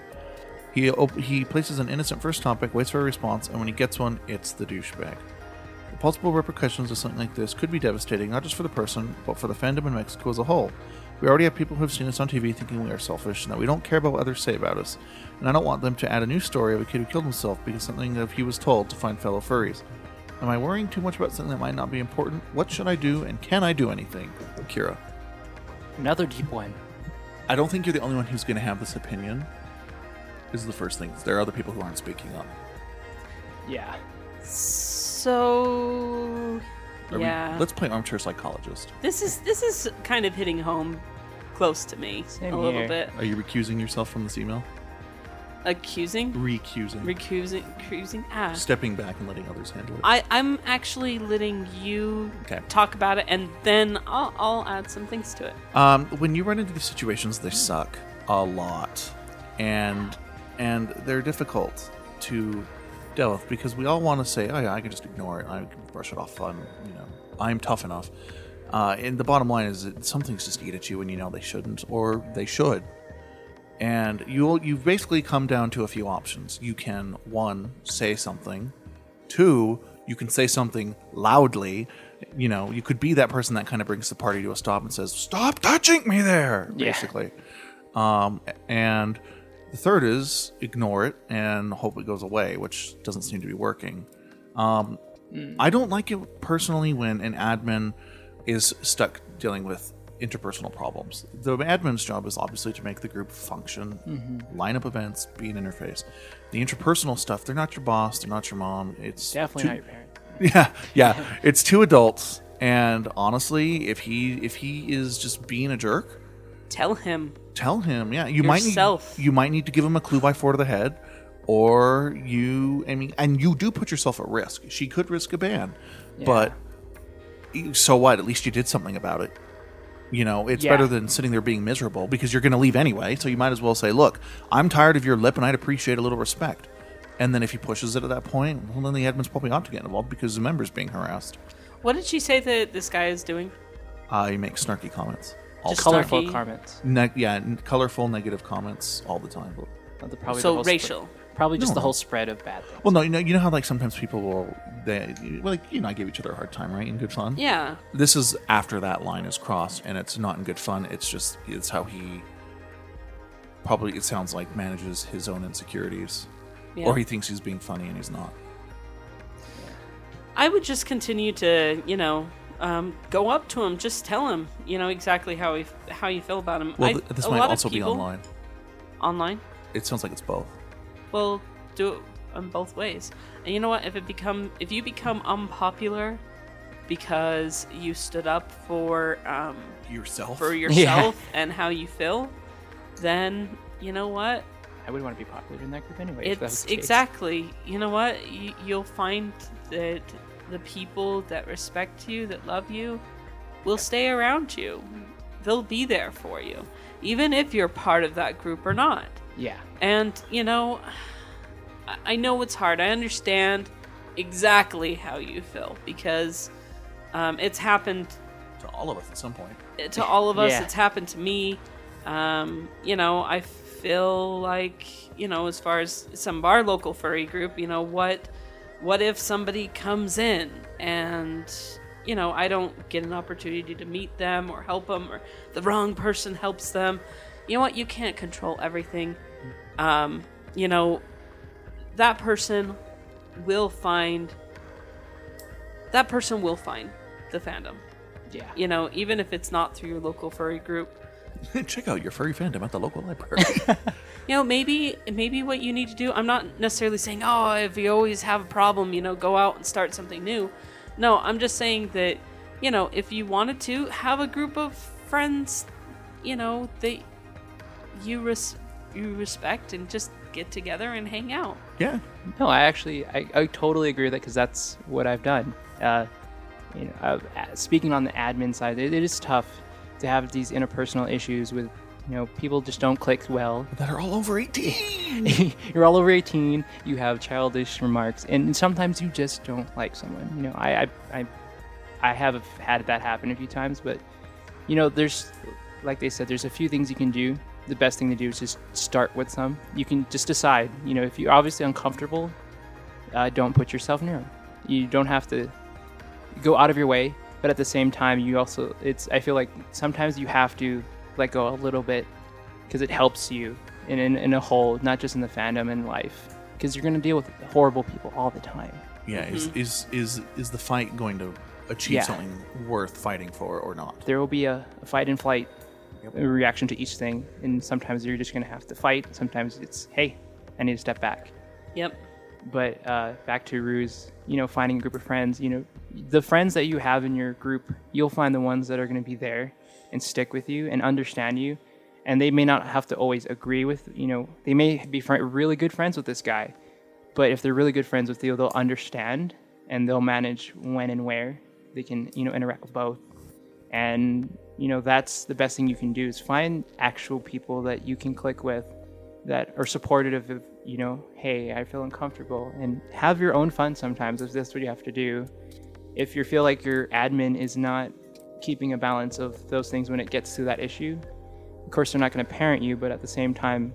He op- he places an innocent first topic, waits for a response, and when he gets one, it's the douchebag. The possible repercussions of something like this could be devastating, not just for the person, but for the fandom in Mexico as a whole. We already have people who have seen us on TV thinking we are selfish and that we don't care about what others say about us. And I don't want them to add a new story of a kid who killed himself because something of he was told to find fellow furries. Am I worrying too much about something that might not be important? What should I do, and can I do anything? Kira.
Another deep one.
I don't think you're the only one who's going to have this opinion. Is the first thing. There are other people who aren't speaking up.
Yeah.
So
Are we-
yeah,
let's play armchair psychologist.
this is this is kind of hitting home, close to me
Same
a little
here.
bit.
Are you recusing yourself from this email?
Accusing,
Recusing.
recusing, accusing. Ah,
Stepping back and letting others handle it.
I I'm actually letting you
Okay.
talk about it, and then I'll I'll add some things to it.
Um, when you run into these situations, they suck a lot, and and they're difficult to deal with because we all want to say, "Oh yeah, I can just ignore it. I can brush it off. I'm you know I'm tough enough." Uh, and the bottom line is that some things just eat at you, and you know they shouldn't, or they should. And you you've basically come down to a few options. You can one say something Two, you can say something loudly. You know, you could be that person that kind of brings the party to a stop and says, "Stop touching me there," basically. Um, and the third is ignore it and hope it goes away, which doesn't seem to be working. Um, I don't like it personally when an admin is stuck dealing with interpersonal problems. The admin's job is obviously to make the group function, line up events, be an interface. The interpersonal stuff, they're not your boss, they're not your mom. It's
Definitely
too-
not your parent.
<laughs> yeah, yeah. It's two adults, and honestly, if he if he is just being a jerk,
Tell him
tell him. Yeah, you might
Yourself.
need you might need to give him a clue by four to the head, or you. I mean, and you do put yourself at risk. She could risk a ban, but so what? At least you did something about it. You know, it's
Yeah.
better than sitting there being miserable because you're going to leave anyway. So you might as well say, "Look, I'm tired of your lip, and I'd appreciate a little respect." And then if he pushes it at that point, well, then the admin's probably ought to get involved because the member's being harassed.
what did she say that this guy is doing?
I make snarky comments. All
Just
Colorful
snarky.
comments.
ne- yeah, n- colorful negative comments all the time.
Not the- probably the
So
whole spread-
racial.
probably just
No.
the whole spread of bad things.
Well, no, you know, you know how like sometimes people will they well, like you know I give each other a hard time, right? In good fun.
Yeah,
This is after that line is crossed, and it's not in good fun. It's just it's how he probably it sounds like manages his own insecurities,
yeah.
or he thinks he's being funny and he's not.
I would just continue to, you know, um, go up to him. Just tell him, you know, exactly how he, how you feel about him.
Well,
I-
th- this
a
might
lot of
also be
people-
online.
Online.
It sounds like it's both.
Well, do it in both ways. And you know what? If it become if you become unpopular because you stood up for um,
Yourself.
<laughs>
for yourself and how you feel, then you know what?
I would want to be popular in that group anyway. if that was
It's
the case.
exactly. You know what? You, you'll find that the people that respect you, that love you, will stay around you. They'll be there for you, even if you're part of that group or not.
Yeah.
And you know, I- I know it's hard. I understand exactly how you feel because um, it's happened
to all of us at some point.
to all of us.
Yeah.
It's happened to me. Um, you know, I feel like you know, as far as some of our local furry group, you know, what what if somebody comes in and you know I don't get an opportunity to meet them or help them, or the wrong person helps them? You know what? You can't control everything. Um, you know, that person will find. That person will find the fandom
Yeah.
you know, even if it's not through your local furry group.
<laughs> Check out your furry fandom at the local
<laughs>
library.
You know, maybe maybe what you need to do. I'm not necessarily saying, oh, if you always have a problem, you know, go out and start something new. No, I'm just saying that, you know, if you wanted to have a group of friends, you know, that you res- you respect and just get together and hang out.
yeah,
No, I actually, I, I totally agree with that because that's what I've done. Uh, you know, uh, speaking on the admin side, it, it is tough to have these interpersonal issues with you know, people just don't click well.
that are all over 18.
<laughs> You're all over 18. You have childish remarks, and sometimes you just don't like someone. You know, I, I, I, I have had that happen a few times, but you know, there's, like they said, there's a few things you can do. The best thing to do is just start with some. You can just decide. You know, if you're obviously uncomfortable, uh, don't put yourself near them. You don't have to go out of your way, but at the same time, you also it's. I feel like sometimes you have to let go a little bit because it helps you in, in, in a whole, not just in the fandom and life. Because you're going to deal with horrible people all the time.
Yeah, is,
Mm-hmm.
is is is the fight going to achieve
Yeah.
something worth fighting for or not?
There will be a, a fight and flight reaction to each thing, and sometimes you're just going to have to fight. Sometimes it's, hey, I need to step back.
Yep.
But uh, back to Ruse, you know, finding a group of friends, you know, the friends that you have in your group, you'll find the ones that are going to be there and stick with you and understand you. And they may not have to always agree with, you know, they may be fri really good friends with this guy, but if they're really good friends with you, they'll understand and they'll manage when and where they can, you know, interact with both. And, you know, that's the best thing you can do is find actual people that you can click with that are supportive of you know hey i feel uncomfortable and have your own fun sometimes if that's what you have to do if you feel like your admin is not keeping a balance of those things when it gets to that issue of course they're not going to parent you but at the same time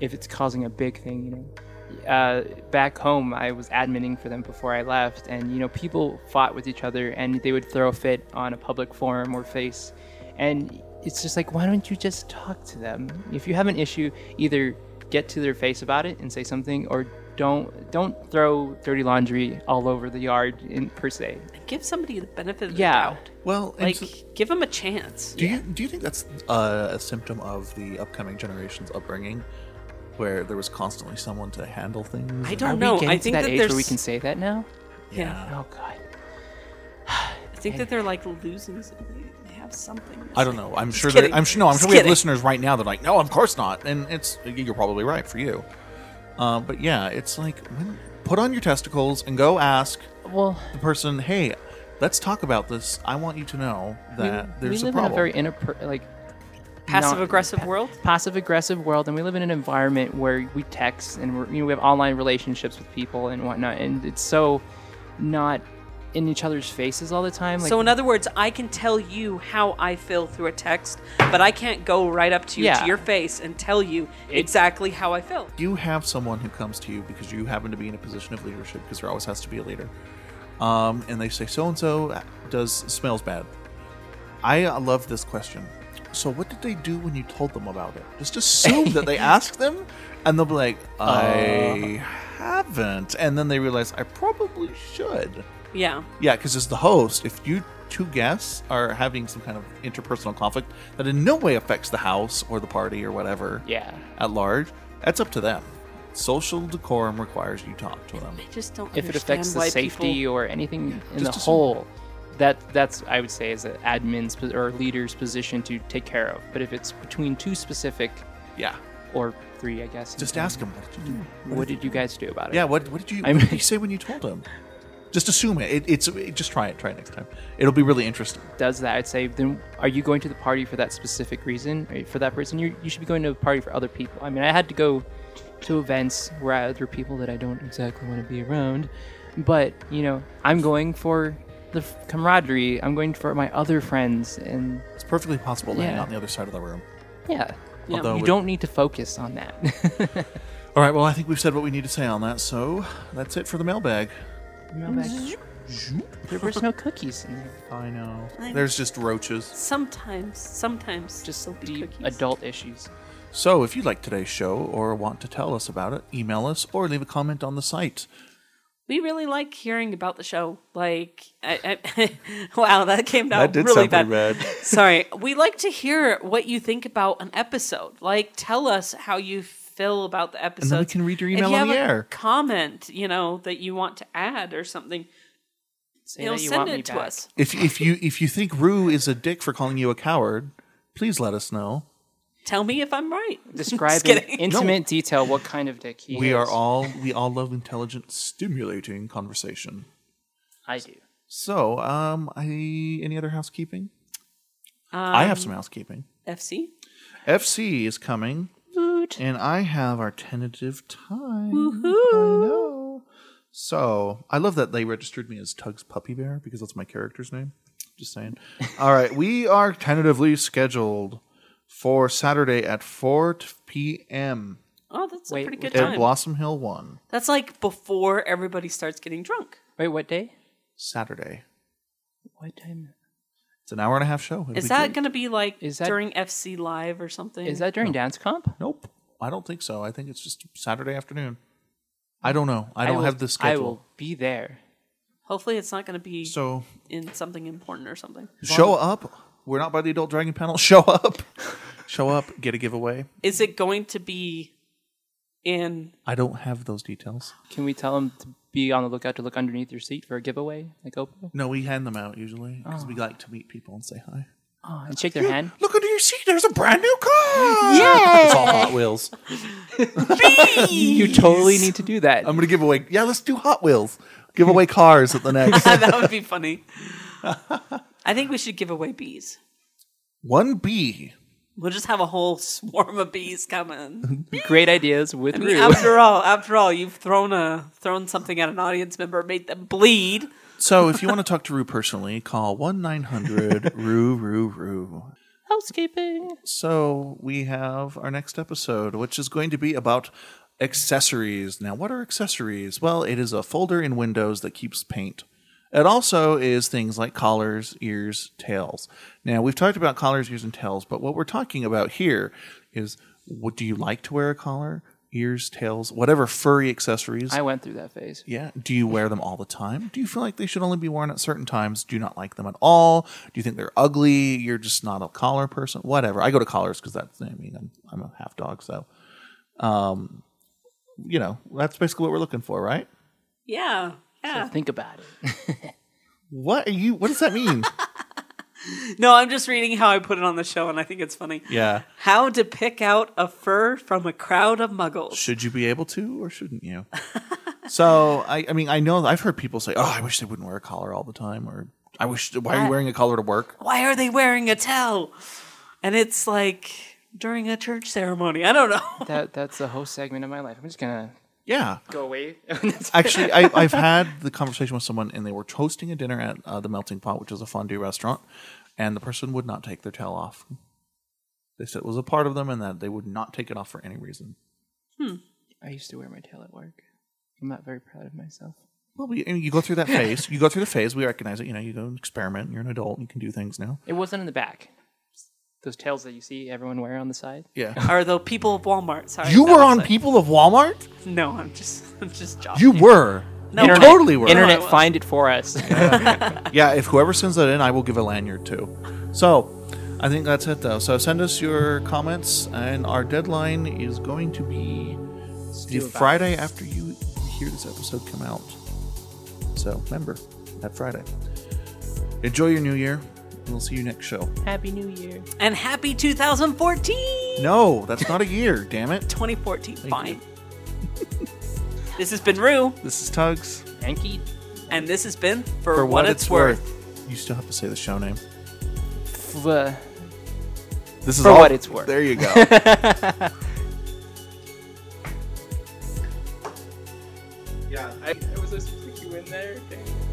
if it's causing a big thing you know uh, back home i was adminning for them before i left and you know people fought with each other and they would throw a fit on a public forum or face and it's just like why don't you just talk to them if you have an issue either get to their face about it and say something or don't don't throw dirty laundry all over the yard in per se
Give somebody the benefit of
Yeah.
the doubt.
Well, and
Like,
so-
give them a chance.
do you do you think that's uh, a symptom of the upcoming generation's upbringing, where there was constantly someone to handle things?
I
and-
don't
Are we
know.
getting
I
to
think
that
that
age
there's.
where we can say that now
yeah.
oh god
I think that they're like losing. something. They have something.
I don't know. I'm sure.
kidding.
There, I'm sure. No, I'm
Just
sure we have
kidding.
listeners right now. They're like, no, of course not. And it's you're probably right for you. Uh, but yeah, it's like when, put on your testicles and go ask
well
the person, hey, let's talk about this. I want you to know that
we
there's
live
a problem.
in a very inappro- like
Passive aggressive world?
passive aggressive world and we live in an environment where we text and we're, you know we have online relationships with people and whatnot and it's so not in each other's faces all the time like
so in other words, I can tell you how I feel through a text, but I can't go right up to you
Yeah.
to your face and tell you exactly how I feel.
you have someone who comes to you because you happen to be in a position of leadership because there always has to be a leader um, and they say so and so does smells bad i uh, love this question so what did they do when you told them about it just assume that they asked them and they'll be like i haven't and then they realize i probably should
Yeah.
yeah because as the host if you two guests are having some kind of interpersonal conflict that in no way affects the house or the party or whatever
yeah
at large, that's up to them. Social decorum requires you talk to them.
I just don't.
if it
understand
affects the
why
safety
people-
or anything in the
just assume-
whole that that's i would say is an admin's pos- or leader's position to take care of but if it's between two specific
Yeah.
or three i guess
Just
you know,
ask them, what did you do?
what did you guys do about it
Yeah, what, what did you
Mm-hmm. I
what did
mean-
you say when you told them? Just assume it. it it's it- just try it. Try it next time. It'll be really interesting.
does that, I'd say, then are you going to the party for that specific reason? Or For that person, you you should be going to a party for other people. I mean, I had to go to events where I had other people that I don't exactly want to be around, but you know, I'm going for the f- camaraderie. I'm going for my other friends, and
It's perfectly possible
Yeah.
landing on the other side of the room.
yeah,
Although
you
we-
don't need to focus on that. <laughs>
All right. Well, I think we've said what we need to say on that. So that's it for the mailbag.
there was no cookies in there.
I know. There's just roaches.
Sometimes, sometimes
Just
there'll be
deep
cookies.
adult issues.
So if you like today's show or want to tell us about it, email us or leave a comment on the site.
We really like hearing about the show. Like, I, I, <laughs> wow, that came out
That did
really
sound
bad.
pretty bad.
<laughs> Sorry, we like to hear what you think about an episode. Like, tell us how you feel about the episode.
we can read your email
if you
on
have
the
a
air.
Comment, you know, that you want to add or something.
Say
You know,
that you
send
want me
it to
back.
us. <laughs>
If if you if you think Rue is a dick for calling you a coward, please let us know.
Tell me if I'm right. <laughs>
Describe in
kidding.
intimate detail what kind of dick he
We
is.
are all we all love intelligent, stimulating conversation. um,
I do.
So, um, I any other housekeeping? I have some housekeeping.
FC?
FC is coming, and I have our tentative time. I know. So I love that they registered me as Tug's Puppy Bear because that's my character's name. Just saying. All right, we are tentatively scheduled for Saturday at 4 p.m.
Oh, that's a
Wait,
pretty good
at
time.
Blossom Hill 1,
That's like before everybody starts getting drunk.
Wait, what day?
Saturday.
What time?
It's an hour and a half show. It'll
Is
be
that
great.
going to be like
Is that-
during FC Live or something?
Is that during dance comp?
Nope. I don't think so. I think it's just Saturday afternoon. I don't know. I don't
will-
have the
I
schedule.
will be there.
Hopefully, it's not going to be
So
in something important or something.
show up. We're not by the Adult Dragon panel. <laughs> Show up. show up. Get a giveaway.
Is it going to be in? <laughs>
I don't have those details.
Can we tell them to be on the lookout to look underneath your seat for a giveaway, like Opal,
No, we hand them out usually because we like to meet people and say hi.
oh, and shake their hand?
Look under your seat. There's a brand new car. Yeah. It's all Hot Wheels.
You totally need to do that.
I'm gonna give away. Yeah, let's do Hot Wheels. Give away cars at the
<laughs>
next
that would be funny.
<laughs>
I think we should give away bees.
one B.
We'll just have a whole swarm of
<laughs>
bees coming.
Great ideas with
I
Rue.
mean, after all, after all, you've thrown a thrown something at an audience member, made them bleed.
So if you want to talk to Rue personally, call one nine hundred <laughs> Rue Rue Rue.
Housekeeping.
So we have our next episode, which is going to be about accessories. Now, what are accessories? Well, it is a folder in Windows that keeps paint. It also is things like collars, ears, tails. Now, we've talked about collars, ears, and tails, but what we're talking about here is what do you like to wear a collar, ears, tails, whatever furry accessories?
I went through that phase.
Yeah. Do you wear them all the time? Do you feel like they should only be worn at certain times? Do you not like them at all? Do you think they're ugly? You're just not a collar person? Whatever. I go to collars because that's, I mean, I'm, I'm a half dog. So, um, you know, that's basically what we're looking for, right?
Yeah, yeah.
Think about
<laughs>
it.
What are you, what does that mean?
No, I'm just reading how I put it on the show, and I think it's funny.
<laughs> yeah.
How to pick out a fur from a crowd of muggles.
Should you be able to or shouldn't you? so, I, I mean, I know I've heard people say, oh, I wish they wouldn't wear a collar all the time or I wish, why are you wearing a collar to work?
Why are they wearing a towel? And it's like during a church ceremony. I don't know. <laughs>
That that's the whole segment of my life. I'm just gonna
Yeah.
go away. <laughs>
Actually, I, I've had the conversation with someone, and they were hosting a dinner at uh, the Melting Pot, which is a fondue restaurant, and the person would not take their tail off. They said it was a part of them, and that they would not take it off for any reason.
I used to wear my tail at work. I'm not very proud of myself.
Well, we, I mean, you go through that phase. You go through the phase. We recognize it. You know, you go and experiment. You're an adult. You can do things now.
It wasn't in the back. Those tails that you see everyone wear on the side.
<laughs>
Yeah.
Or the people of Walmart. Sorry.
You
that
were
was
on
a-
People of Walmart.
No, I'm just, <laughs> I'm just joking.
You were.
No,
you
I-
totally were.
Internet,
Well, I-
find it
<laughs>
for us. <laughs>
yeah, if whoever sends that in, I will give a lanyard too. So, I think that's it though. So send us your comments, and our deadline is going to be the Friday after you hear this episode come out. So remember that Friday. Enjoy your new year. and We'll see you next show.
Happy New Year.
And happy 2014!
No, that's not a year. Damn it.
2014, fine. <laughs> this has been Rue,
This is Tugs.
Thank you.
and this has been For, what, It's Worth.
You still have to say the show name.
F-
This is
For
all-
What It's Worth.
There you go.
Yeah, I, I was listening to you in there.